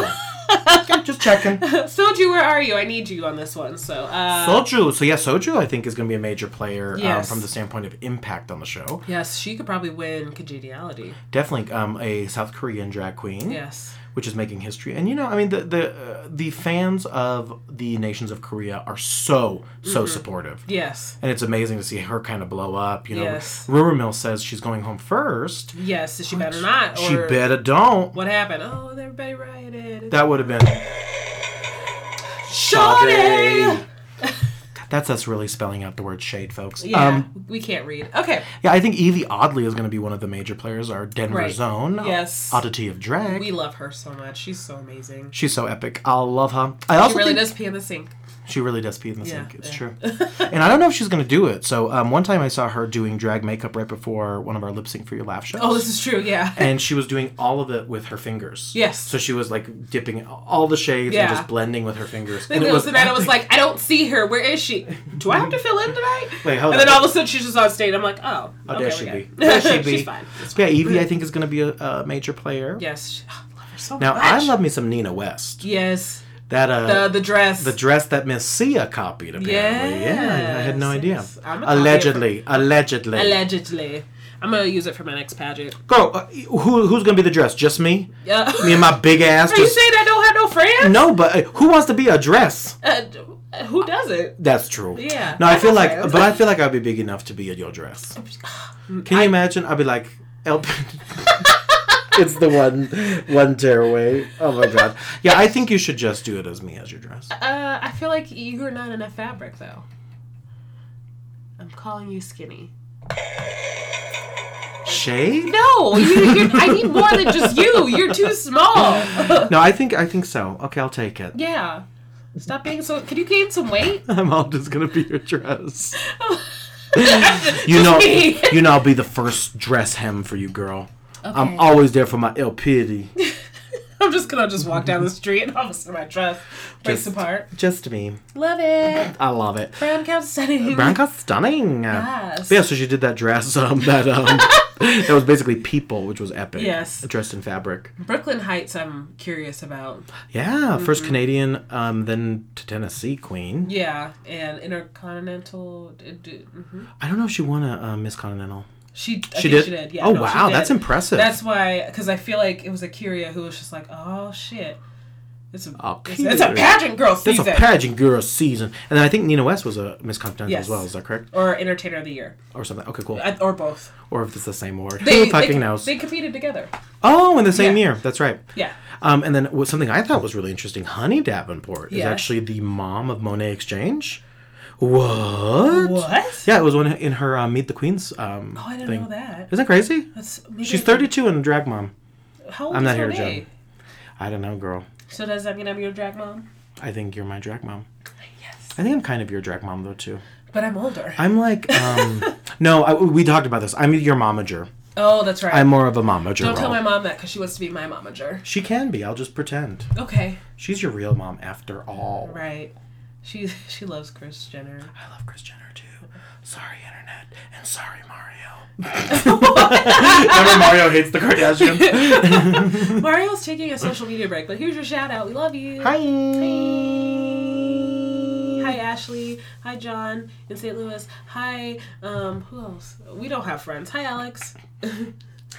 Speaker 2: Okay, just checking.
Speaker 4: Soju, where are you? I need you on this one. So, uh,
Speaker 2: Soju. So yeah, Soju I think is going to be a major player
Speaker 4: Yes.
Speaker 2: um, from the standpoint of impact on the show.
Speaker 4: yes, she could probably win congeniality.
Speaker 2: Definitely um, a South Korean drag queen.
Speaker 4: Yes.
Speaker 2: which is making history. And you know, I mean, the the uh, the fans of the nations of Korea are so
Speaker 4: Mm-hmm.
Speaker 2: so supportive.
Speaker 4: Yes.
Speaker 2: And it's amazing to see her kind of blow up. You know,
Speaker 4: Yes.
Speaker 2: rumor mill says she's going home first.
Speaker 4: Yes. She better not. Or
Speaker 2: She better don't.
Speaker 4: What happened? Oh, everybody rioted.
Speaker 2: That would have been
Speaker 4: Shawty!
Speaker 2: That's us really spelling out the word shade, folks.
Speaker 4: Yeah,
Speaker 2: Um,
Speaker 4: we can't read. Okay.
Speaker 2: yeah, I think Evie Oddly is going to be one of the major players. Our Denver
Speaker 4: Right.
Speaker 2: Zone,
Speaker 4: Yes.
Speaker 2: oddity of drag.
Speaker 4: We love her so much. She's so amazing.
Speaker 2: She's so epic. I love her. I also
Speaker 4: She really
Speaker 2: think
Speaker 4: does pee in the sink.
Speaker 2: she really does pee in the
Speaker 4: Yeah,
Speaker 2: sink. It's
Speaker 4: yeah.
Speaker 2: true. and I don't know if she's going to do it. So um, one time I saw her doing drag makeup right before one of our lip sync for your laugh shows.
Speaker 4: Oh, this is true. Yeah.
Speaker 2: and she was doing all of it with her fingers.
Speaker 4: Yes.
Speaker 2: So she was like dipping all the shades and
Speaker 4: Yeah.
Speaker 2: just blending with her fingers.
Speaker 4: And
Speaker 2: and
Speaker 4: it was the night I
Speaker 2: epic.
Speaker 4: was like, I don't see her. Where is she? Do I have to fill in tonight?
Speaker 2: Wait, hold
Speaker 4: and
Speaker 2: on.
Speaker 4: then all of a sudden she's just on stage. I'm like, oh,
Speaker 2: Oh, there
Speaker 4: okay, we're
Speaker 2: she
Speaker 4: good.
Speaker 2: be. There she be.
Speaker 4: she's fine. It's
Speaker 2: yeah,
Speaker 4: fine.
Speaker 2: Evie, I think is going to be a, a major player.
Speaker 4: Yes. She, oh, I love her so
Speaker 2: Now
Speaker 4: much.
Speaker 2: I love me some Nina West.
Speaker 4: Yes.
Speaker 2: That uh,
Speaker 4: The the dress.
Speaker 2: the dress that Miss Sia copied apparently. Yeah, I had no
Speaker 4: Yes,
Speaker 2: idea.
Speaker 4: yes. I'm a copy of
Speaker 2: Allegedly, allegedly.
Speaker 4: Allegedly. I'm gonna use it for my next pageant.
Speaker 2: Girl, uh, who who's gonna be the dress? Just me?
Speaker 4: Yeah.
Speaker 2: Me and my big ass.
Speaker 4: Are you
Speaker 2: Just,
Speaker 4: saying I don't have no friends?
Speaker 2: no, but uh, who wants to be a dress?
Speaker 4: Uh, d- uh, who does it?
Speaker 2: That's true.
Speaker 4: Yeah,
Speaker 2: No, I
Speaker 4: I
Speaker 2: feel
Speaker 4: have
Speaker 2: like,
Speaker 4: friends.
Speaker 2: but I feel like I'd be big enough to be in your dress. Can you imagine? I'd be like, Elp. it's the one, one tear away. Oh my god. Yeah, I think you should just do it as me as your dress.
Speaker 4: Uh, I feel like you're not enough fabric though. I'm calling you skinny.
Speaker 2: Shade?
Speaker 4: No, you, you're, I need more than just you. You're too small.
Speaker 2: No, I think I think so. Okay, I'll take it.
Speaker 4: yeah. Stop being so. Can you gain some weight?
Speaker 2: I'm all just gonna be your dress. You
Speaker 4: you
Speaker 2: know,
Speaker 4: Me.
Speaker 2: you know, I'll be the first dress hem for you, girl. I'm
Speaker 4: Okay.
Speaker 2: always there for my ill pity.
Speaker 4: I'm just gonna just walk down the street and all of a sudden my dress breaks
Speaker 2: Just-
Speaker 4: apart.
Speaker 2: Just me.
Speaker 4: Love it.
Speaker 2: I love it.
Speaker 4: Brown cow setting.
Speaker 2: Branka's stunning.
Speaker 4: Yes.
Speaker 2: Yeah, so she did that dress um, that um, that was basically people, which was epic.
Speaker 4: Yes.
Speaker 2: Dressed in fabric.
Speaker 4: Brooklyn Heights. I'm curious about.
Speaker 2: Yeah, 1st
Speaker 4: Mm-hmm.
Speaker 2: Canadian, um, then to Tennessee queen.
Speaker 4: Yeah, and intercontinental. d- d- mhm.
Speaker 2: I don't know if she won a uh, Miss Continental.
Speaker 4: She. I
Speaker 2: She
Speaker 4: think
Speaker 2: did?
Speaker 4: She did. Yeah.
Speaker 2: oh
Speaker 4: no, she
Speaker 2: wow, that's
Speaker 4: did.
Speaker 2: impressive.
Speaker 4: That's why, because I feel like it was Akira who was just like, oh shit, it's a
Speaker 2: Oh,
Speaker 4: it's, it's a
Speaker 2: Akira.
Speaker 4: pageant girl
Speaker 2: That's a
Speaker 4: season
Speaker 2: pageant girl season. And then I think Nina West was a Miss Continental as
Speaker 4: Yes.
Speaker 2: well. Is that correct?
Speaker 4: or entertainer of the year
Speaker 2: Or something. Okay, cool.
Speaker 4: I- or both.
Speaker 2: Or if it's the same award.
Speaker 4: They
Speaker 2: Who fucking
Speaker 4: they,
Speaker 2: knows?
Speaker 4: They competed together.
Speaker 2: oh, in the same
Speaker 4: Yeah.
Speaker 2: year. That's right.
Speaker 4: Yeah.
Speaker 2: Um, and then what, something I thought was really interesting Honey Davenport is
Speaker 4: Yes.
Speaker 2: actually the mom of Monet Exchange. What?
Speaker 4: What?
Speaker 2: Yeah, it was one in her uh, Meet the Queens um,
Speaker 4: Oh, I didn't
Speaker 2: thing.
Speaker 4: know that.
Speaker 2: Isn't that crazy?
Speaker 4: That's, maybe
Speaker 2: She's
Speaker 4: I can-
Speaker 2: 32 and a drag mom.
Speaker 4: How old
Speaker 2: I'm
Speaker 4: is
Speaker 2: not here to
Speaker 4: Monet?
Speaker 2: judge. I don't know, girl.
Speaker 4: So does that mean I'm your drag mom?
Speaker 2: I think you're my drag mom.
Speaker 4: Yes.
Speaker 2: I think I'm kind of your drag mom, though, too.
Speaker 4: But I'm older.
Speaker 2: I'm like, um, no, I, we talked about this. I'm your momager.
Speaker 4: oh, that's right.
Speaker 2: I'm more of a momager.
Speaker 4: Don't tell
Speaker 2: role.
Speaker 4: my mom that because she wants to be my momager.
Speaker 2: She can be. I'll just pretend.
Speaker 4: Okay.
Speaker 2: She's your real mom after all.
Speaker 4: Right. She she loves Chris Jenner.
Speaker 2: I love Chris Jenner too. Sorry, internet, and sorry, Mario. Remember, Mario hates the Kardashians.
Speaker 4: Mario's taking a social media break, but here's your shout out. We love you.
Speaker 2: Hi.
Speaker 4: Hi Ashley. Hi John in St. Louis. Hi, um, who else? We don't have friends. Hi Alex. oh,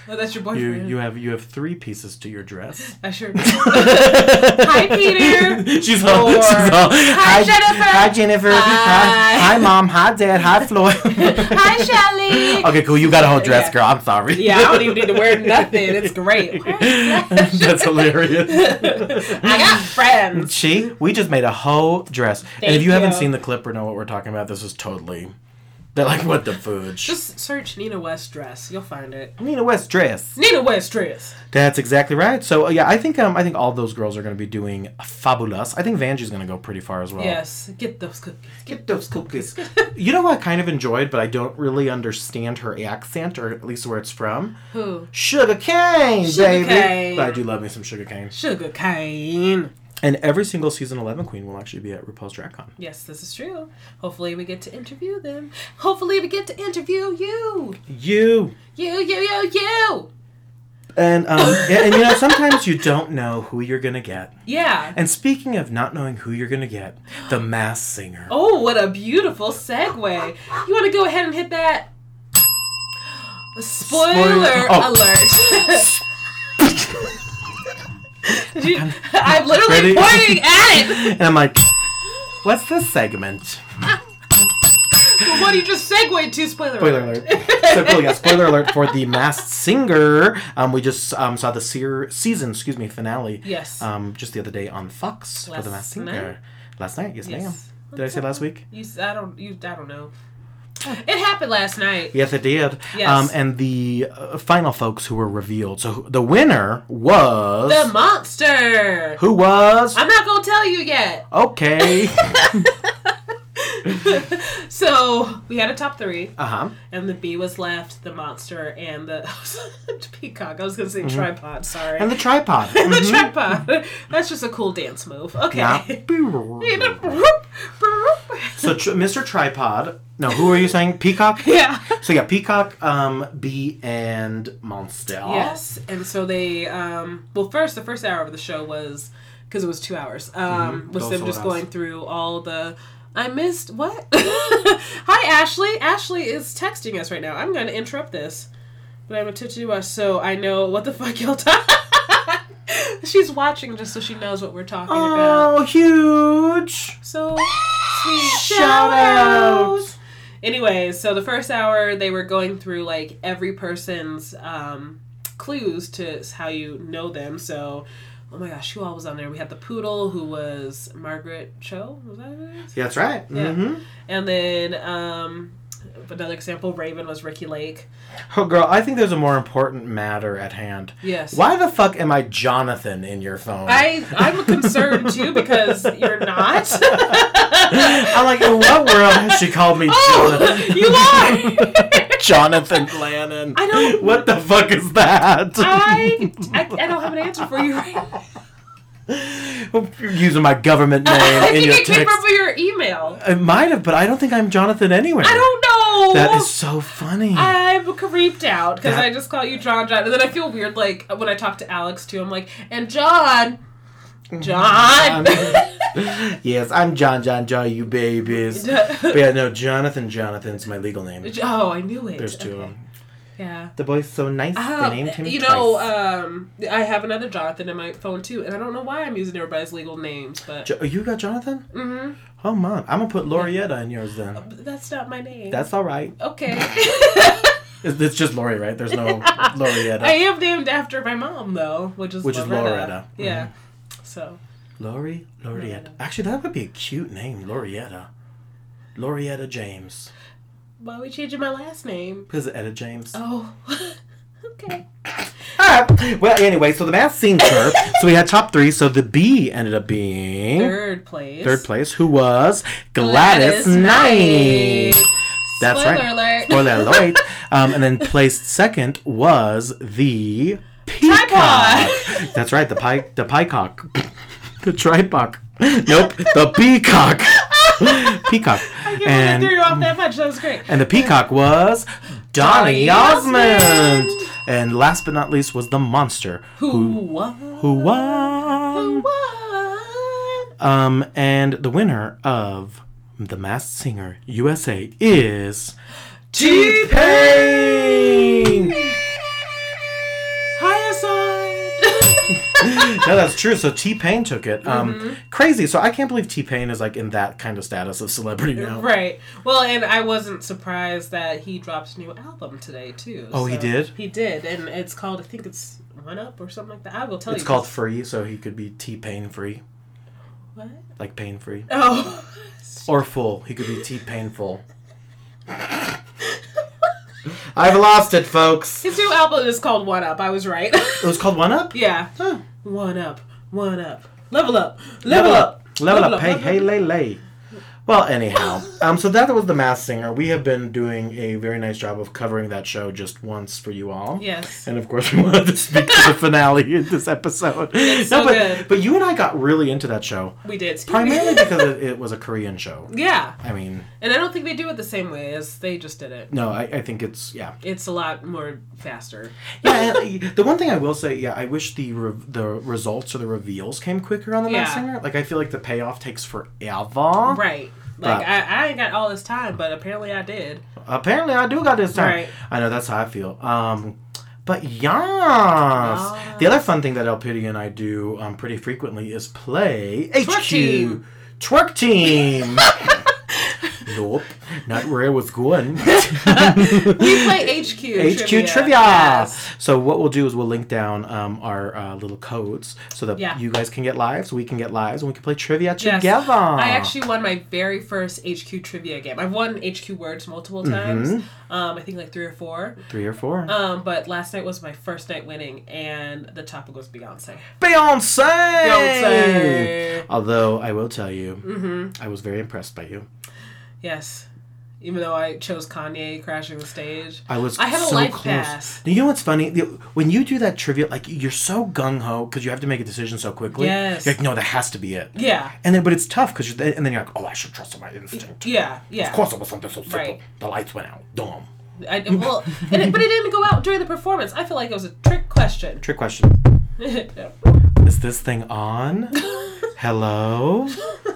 Speaker 4: that's your
Speaker 2: You
Speaker 4: boyfriend.
Speaker 2: you have you have three pieces to your dress.
Speaker 4: I sure. do. Hi Peter.
Speaker 2: She's all,
Speaker 4: Four.
Speaker 2: she's all,
Speaker 4: Hi, Jennifer.
Speaker 2: Hi Jennifer. Hi.
Speaker 4: Hi.
Speaker 2: hi mom. Hi dad. Hi Floyd.
Speaker 4: Hi Shelly.
Speaker 2: okay, cool. You got a whole dress,
Speaker 4: Yeah.
Speaker 2: girl. I'm sorry.
Speaker 4: Yeah, I don't even need to wear nothing. It's great.
Speaker 2: That's hilarious.
Speaker 4: I got friends.
Speaker 2: She, we just made a whole dress. and if
Speaker 4: Thank
Speaker 2: you, haven't
Speaker 4: you.
Speaker 2: seen the clip or know what we're talking about, this is totally. They're like, what the fudge?
Speaker 4: Just search Nina West dress. You'll find it.
Speaker 2: Nina West dress.
Speaker 4: Nina West dress.
Speaker 2: That's exactly right. So uh, yeah, I think um, I think all those girls are going to be doing fabulous. I think Vanjie's going to go pretty far as well.
Speaker 4: Yes. Get those cookies.
Speaker 2: Get those cookies. you know what I kind of enjoyed, but I don't really understand her accent, or at least where it's from.
Speaker 4: Who?
Speaker 2: Sugar cane,
Speaker 4: Sugar
Speaker 2: baby.
Speaker 4: cane.
Speaker 2: But I do love me some sugar cane.
Speaker 4: Sugar cane.
Speaker 2: And every single season eleven queen will actually be at RuPaul's Drag Con.
Speaker 4: Yes, this is true. Hopefully, we get to interview them. Hopefully, we get to interview you.
Speaker 2: You.
Speaker 4: You, you, you, you.
Speaker 2: And um, and, and you know, sometimes you don't know who you're gonna get.
Speaker 4: Yeah.
Speaker 2: And speaking of not knowing who you're gonna get, the mass singer.
Speaker 4: Oh, what a beautiful segue. You want to go ahead and hit that? Spoiler,
Speaker 2: Spoiler- oh.
Speaker 4: alert. Did you- I'm
Speaker 2: Ready?
Speaker 4: literally pointing at it.
Speaker 2: And I'm like, what's this segment?
Speaker 4: But what do you just segue to? Spoiler.
Speaker 2: Spoiler alert. so cool, yeah, spoiler alert for The Masked Singer. Um, we just um, saw the seer- season, excuse me, finale.
Speaker 4: Yes.
Speaker 2: Um, just the other day on Fox for The
Speaker 4: Last
Speaker 2: Masked Singer.
Speaker 4: night?
Speaker 2: Last night, yes,
Speaker 4: Yes.
Speaker 2: ma'am. Did I say last week?
Speaker 4: You, s- I don't. You, I don't know. It happened last night.
Speaker 2: Yes, it did.
Speaker 4: Yes.
Speaker 2: Um, and the uh, final folks who were revealed. So who- the winner was.
Speaker 4: The monster.
Speaker 2: who was?
Speaker 4: I'm not gonna tell you yet.
Speaker 2: okay.
Speaker 4: So we had a top three,
Speaker 2: uh huh.
Speaker 4: and the bee was left, the monster, and the peacock. I was gonna say tripod. Sorry.
Speaker 2: And the tripod.
Speaker 4: And the tripod. That's just a cool dance move. Okay.
Speaker 2: Yeah. So tr- Mr. Tripod. No, who are you saying? Peacock.
Speaker 4: yeah.
Speaker 2: So yeah, Peacock, um, Bee, and Monster.
Speaker 4: Yes. And so they, um, well, first, the first hour of the show was, because it was two hours, um, was
Speaker 2: Go
Speaker 4: them
Speaker 2: sold
Speaker 4: just
Speaker 2: out.
Speaker 4: going through all the. I missed what? Hi, Ashley. Ashley is texting us right now. I'm going to interrupt this, but I'm going to do us so I know what the fuck y'all talking. She's watching just so she knows what we're talking about.
Speaker 2: Oh, huge!
Speaker 4: So sweet shout
Speaker 2: Shout out.
Speaker 4: out. Anyway, so the first hour they were going through like every person's um, clues to how you know them. So, oh my gosh, who all was on there? We had the poodle, who was Margaret Cho. Was that who it is?
Speaker 2: Yeah, that's right.
Speaker 4: Yeah.
Speaker 2: Mm-hmm.
Speaker 4: And then um, another example, Raven was Ricky Lake.
Speaker 2: Oh, girl, I think there's a more important matter at hand.
Speaker 4: Yes.
Speaker 2: Why the fuck am I Jonathan in your phone?
Speaker 4: I I'm concerned too because you're not.
Speaker 2: I'm like, in what world has she called me
Speaker 4: oh,
Speaker 2: Jonathan?
Speaker 4: you are.
Speaker 2: Jonathan Glannon.
Speaker 4: I don't-
Speaker 2: What the fuck is that?
Speaker 4: I, I I don't have an answer for you right
Speaker 2: Oh,
Speaker 4: now.
Speaker 2: You're using my government name
Speaker 4: I
Speaker 2: in
Speaker 4: think
Speaker 2: your
Speaker 4: it came
Speaker 2: text.
Speaker 4: from your email.
Speaker 2: It might have, but I don't think I'm Jonathan anywhere.
Speaker 4: I don't know.
Speaker 2: That is so funny.
Speaker 4: I'm creeped out because
Speaker 2: That-
Speaker 4: I just call you John John, and then I feel weird. Like when I talk to Alex too, I'm like, and John,
Speaker 2: Mm-hmm.
Speaker 4: John.
Speaker 2: yes, I'm John John John, you babies. but yeah, no, Jonathan Jonathan's my legal name.
Speaker 4: oh, I knew it.
Speaker 2: There's two of
Speaker 4: Okay.
Speaker 2: them.
Speaker 4: Yeah.
Speaker 2: The boy's so nice,
Speaker 4: Oh,
Speaker 2: they named him
Speaker 4: you know,
Speaker 2: twice.
Speaker 4: um, I have another Jonathan in my phone too, and I don't know why I'm using everybody's legal names, but
Speaker 2: Jo- you got Jonathan?
Speaker 4: hmm
Speaker 2: Oh, mom. I'm going to put Lorietta in yours then.
Speaker 4: that's not my name.
Speaker 2: That's all right.
Speaker 4: okay.
Speaker 2: It's, it's just Lori, right? There's no Lorietta.
Speaker 4: I am named after my mom though, which is
Speaker 2: Which is
Speaker 4: Loretta.
Speaker 2: Loretta. Mm-hmm.
Speaker 4: Yeah. So
Speaker 2: Lori Lorietta. Actually, that would be a cute name, Lorietta. Lorietta James.
Speaker 4: why are we changing my last name?
Speaker 2: Because of Etta James.
Speaker 4: Oh. okay.
Speaker 2: Ah, well, anyway, so the math seemed her. so we had top three. So the B ended up being Hmm? third,
Speaker 4: Third place.
Speaker 2: place, who was Gladys, Knight. That's
Speaker 4: Spoiler
Speaker 2: right.
Speaker 4: alert.
Speaker 2: Spoiler alert. um, and then placed second was the peacock.
Speaker 4: Tripod.
Speaker 2: That's right, the pie, the piecock, the tripod. Nope, the peacock. peacock.
Speaker 4: It wasn't
Speaker 2: And
Speaker 4: threw you off that much. That was great.
Speaker 2: and the peacock was
Speaker 4: Donny
Speaker 2: Donny
Speaker 4: Osmond.
Speaker 2: Osmond. And last but not least was the monster
Speaker 4: Who
Speaker 2: who
Speaker 4: won?
Speaker 2: who won.
Speaker 4: won?
Speaker 2: Um, and the winner of The Masked Singer USA is T Pain.
Speaker 4: Hyacinth.
Speaker 2: no, that's true. So T Pain took it. Um, crazy. So I can't believe T Pain is like in that kind of status of celebrity now.
Speaker 4: right. Well, and I wasn't surprised that he dropped a new album today too.
Speaker 2: Oh, he did?
Speaker 4: He did, and it's called. I think it's One Up or something like that. I will tell
Speaker 2: It's
Speaker 4: you.
Speaker 2: called Free, so he could be T Pain free,
Speaker 4: What?
Speaker 2: like pain free,
Speaker 4: Oh.
Speaker 2: or full. He could be T Painful. I've lost it, folks. It
Speaker 4: His new album is called One Up. I was right.
Speaker 2: was called One Up.
Speaker 4: yeah.
Speaker 2: Huh.
Speaker 4: One Up. One Up. Level up.
Speaker 2: Level up. Level up. Hey,
Speaker 4: level
Speaker 2: hey, lay, lay. Well, anyhow, um, so that was The Masked Singer. We have been doing a very nice job of covering that show just once for you all.
Speaker 4: Yes.
Speaker 2: And of course, we wanted to speak to the finale in this episode.
Speaker 4: so
Speaker 2: but,
Speaker 4: good.
Speaker 2: but you and I got really into that show,
Speaker 4: We did.
Speaker 2: primarily because it, it was a Korean show.
Speaker 4: yeah.
Speaker 2: I mean,
Speaker 4: And I don't think they do it the same way as they just did it.
Speaker 2: no, I, I think it's, yeah.
Speaker 4: It's a lot more faster.
Speaker 2: yeah, and, uh, the one thing I will say, yeah, I wish the re- the results or the reveals came quicker on The Masked
Speaker 4: Yeah.
Speaker 2: Singer. Like, I feel like the payoff takes forever.
Speaker 4: Right. Like
Speaker 2: Right.
Speaker 4: I, I ain't got all this time, but apparently I did.
Speaker 2: Apparently, I do got this time.
Speaker 4: Right.
Speaker 2: I know that's how I feel. Um, But yes, the other fun thing that Elpidia and I do um, pretty frequently is play
Speaker 4: Twerk
Speaker 2: HQ
Speaker 4: team.
Speaker 2: Twerk Team. nope, not where I was going.
Speaker 4: We play HQ
Speaker 2: HQ trivia.
Speaker 4: Yes.
Speaker 2: So what we'll do is we'll link down um, our uh, little codes so that
Speaker 4: Yeah.
Speaker 2: you guys can get lives, we can get lives, and we can play trivia
Speaker 4: Yes.
Speaker 2: together.
Speaker 4: I actually won my very first HQ trivia game. I've won HQ words multiple
Speaker 2: Mm-hmm.
Speaker 4: times. Um, I think like three or four.
Speaker 2: three or four.
Speaker 4: Um, but last night was my first night winning, and the topic was Beyonce.
Speaker 2: Beyonce.
Speaker 4: Beyonce. Mm-hmm.
Speaker 2: Although I will tell you, I was very impressed by you.
Speaker 4: Yes. Even though I chose Kanye crashing the stage.
Speaker 2: I was.
Speaker 4: I have a
Speaker 2: so
Speaker 4: life
Speaker 2: close.
Speaker 4: pass.
Speaker 2: You know what's funny? The- When you do that trivia, like you're so gung ho because you have to make a decision so quickly.
Speaker 4: Yes.
Speaker 2: You're like, no, that has to be it.
Speaker 4: Yeah.
Speaker 2: And then, but it's tough because, and then you're like, oh, I should trust my instinct.
Speaker 4: Yeah. Yeah.
Speaker 2: Of course, it was something so simple.
Speaker 4: Right.
Speaker 2: The lights went out. Dumb.
Speaker 4: I, well, and it, but it didn't go out during the performance. I feel like it was a trick question.
Speaker 2: Trick question.
Speaker 4: No.
Speaker 2: Is this thing on? Hello?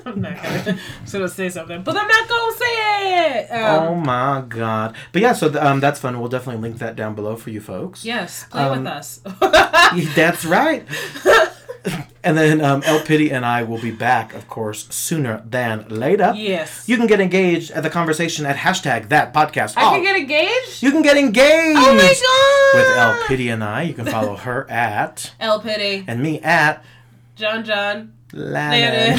Speaker 4: I'm not gonna, should have say something, but I'm not gonna say it. Um,
Speaker 2: Oh my god. But yeah, so th- um, that's fun. We'll definitely link that down below for you folks.
Speaker 4: Yes, play
Speaker 2: Um,
Speaker 4: with us.
Speaker 2: That's right. and then um, El Pity and I will be back, of course, sooner than later.
Speaker 4: yes.
Speaker 2: You can get engaged at the conversation at hashtag that podcast.
Speaker 4: I can get engaged.
Speaker 2: you can get engaged
Speaker 4: Oh my
Speaker 2: with
Speaker 4: god!
Speaker 2: El Pity and I. You can follow her at
Speaker 4: El Pity.
Speaker 2: and me at
Speaker 4: John John.
Speaker 2: Lannon.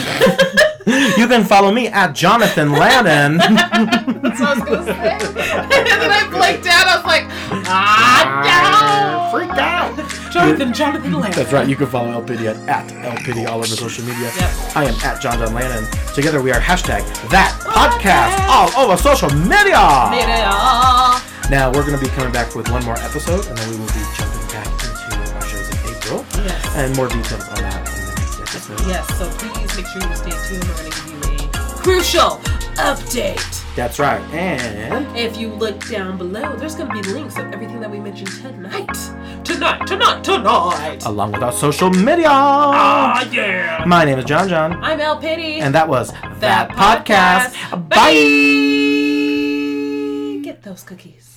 Speaker 4: Landon.
Speaker 2: you can follow me at Jonathan Lannon.
Speaker 4: That's what I was gonna say. and then I blanked out. I was like, ah,
Speaker 2: Freak out.
Speaker 4: no. Jonathan, Jonathan Landon.
Speaker 2: That's right. You can follow El Pity at, at El Pity all over social media.
Speaker 4: Yep.
Speaker 2: I am at John John Lannon. Together we are hashtag that podcast all over social media.
Speaker 4: Made it all.
Speaker 2: Now we're going to be coming back with one more episode, and then we will be jumping back into our shows in April
Speaker 4: Yes.
Speaker 2: and more details on that in the next episode.
Speaker 4: Yes. So please make sure you stay tuned. We're gonna give you a crucial update.
Speaker 2: That's right. And
Speaker 4: If you look down below, there's gonna be links of everything that we mentioned tonight. Tonight, tonight, tonight.
Speaker 2: along with our social media.
Speaker 4: Ah, yeah.
Speaker 2: My name is John John,
Speaker 4: I'm El Pity.
Speaker 2: and that was
Speaker 4: That Podcast.
Speaker 2: Podcast. Bye.
Speaker 4: Get those cookies.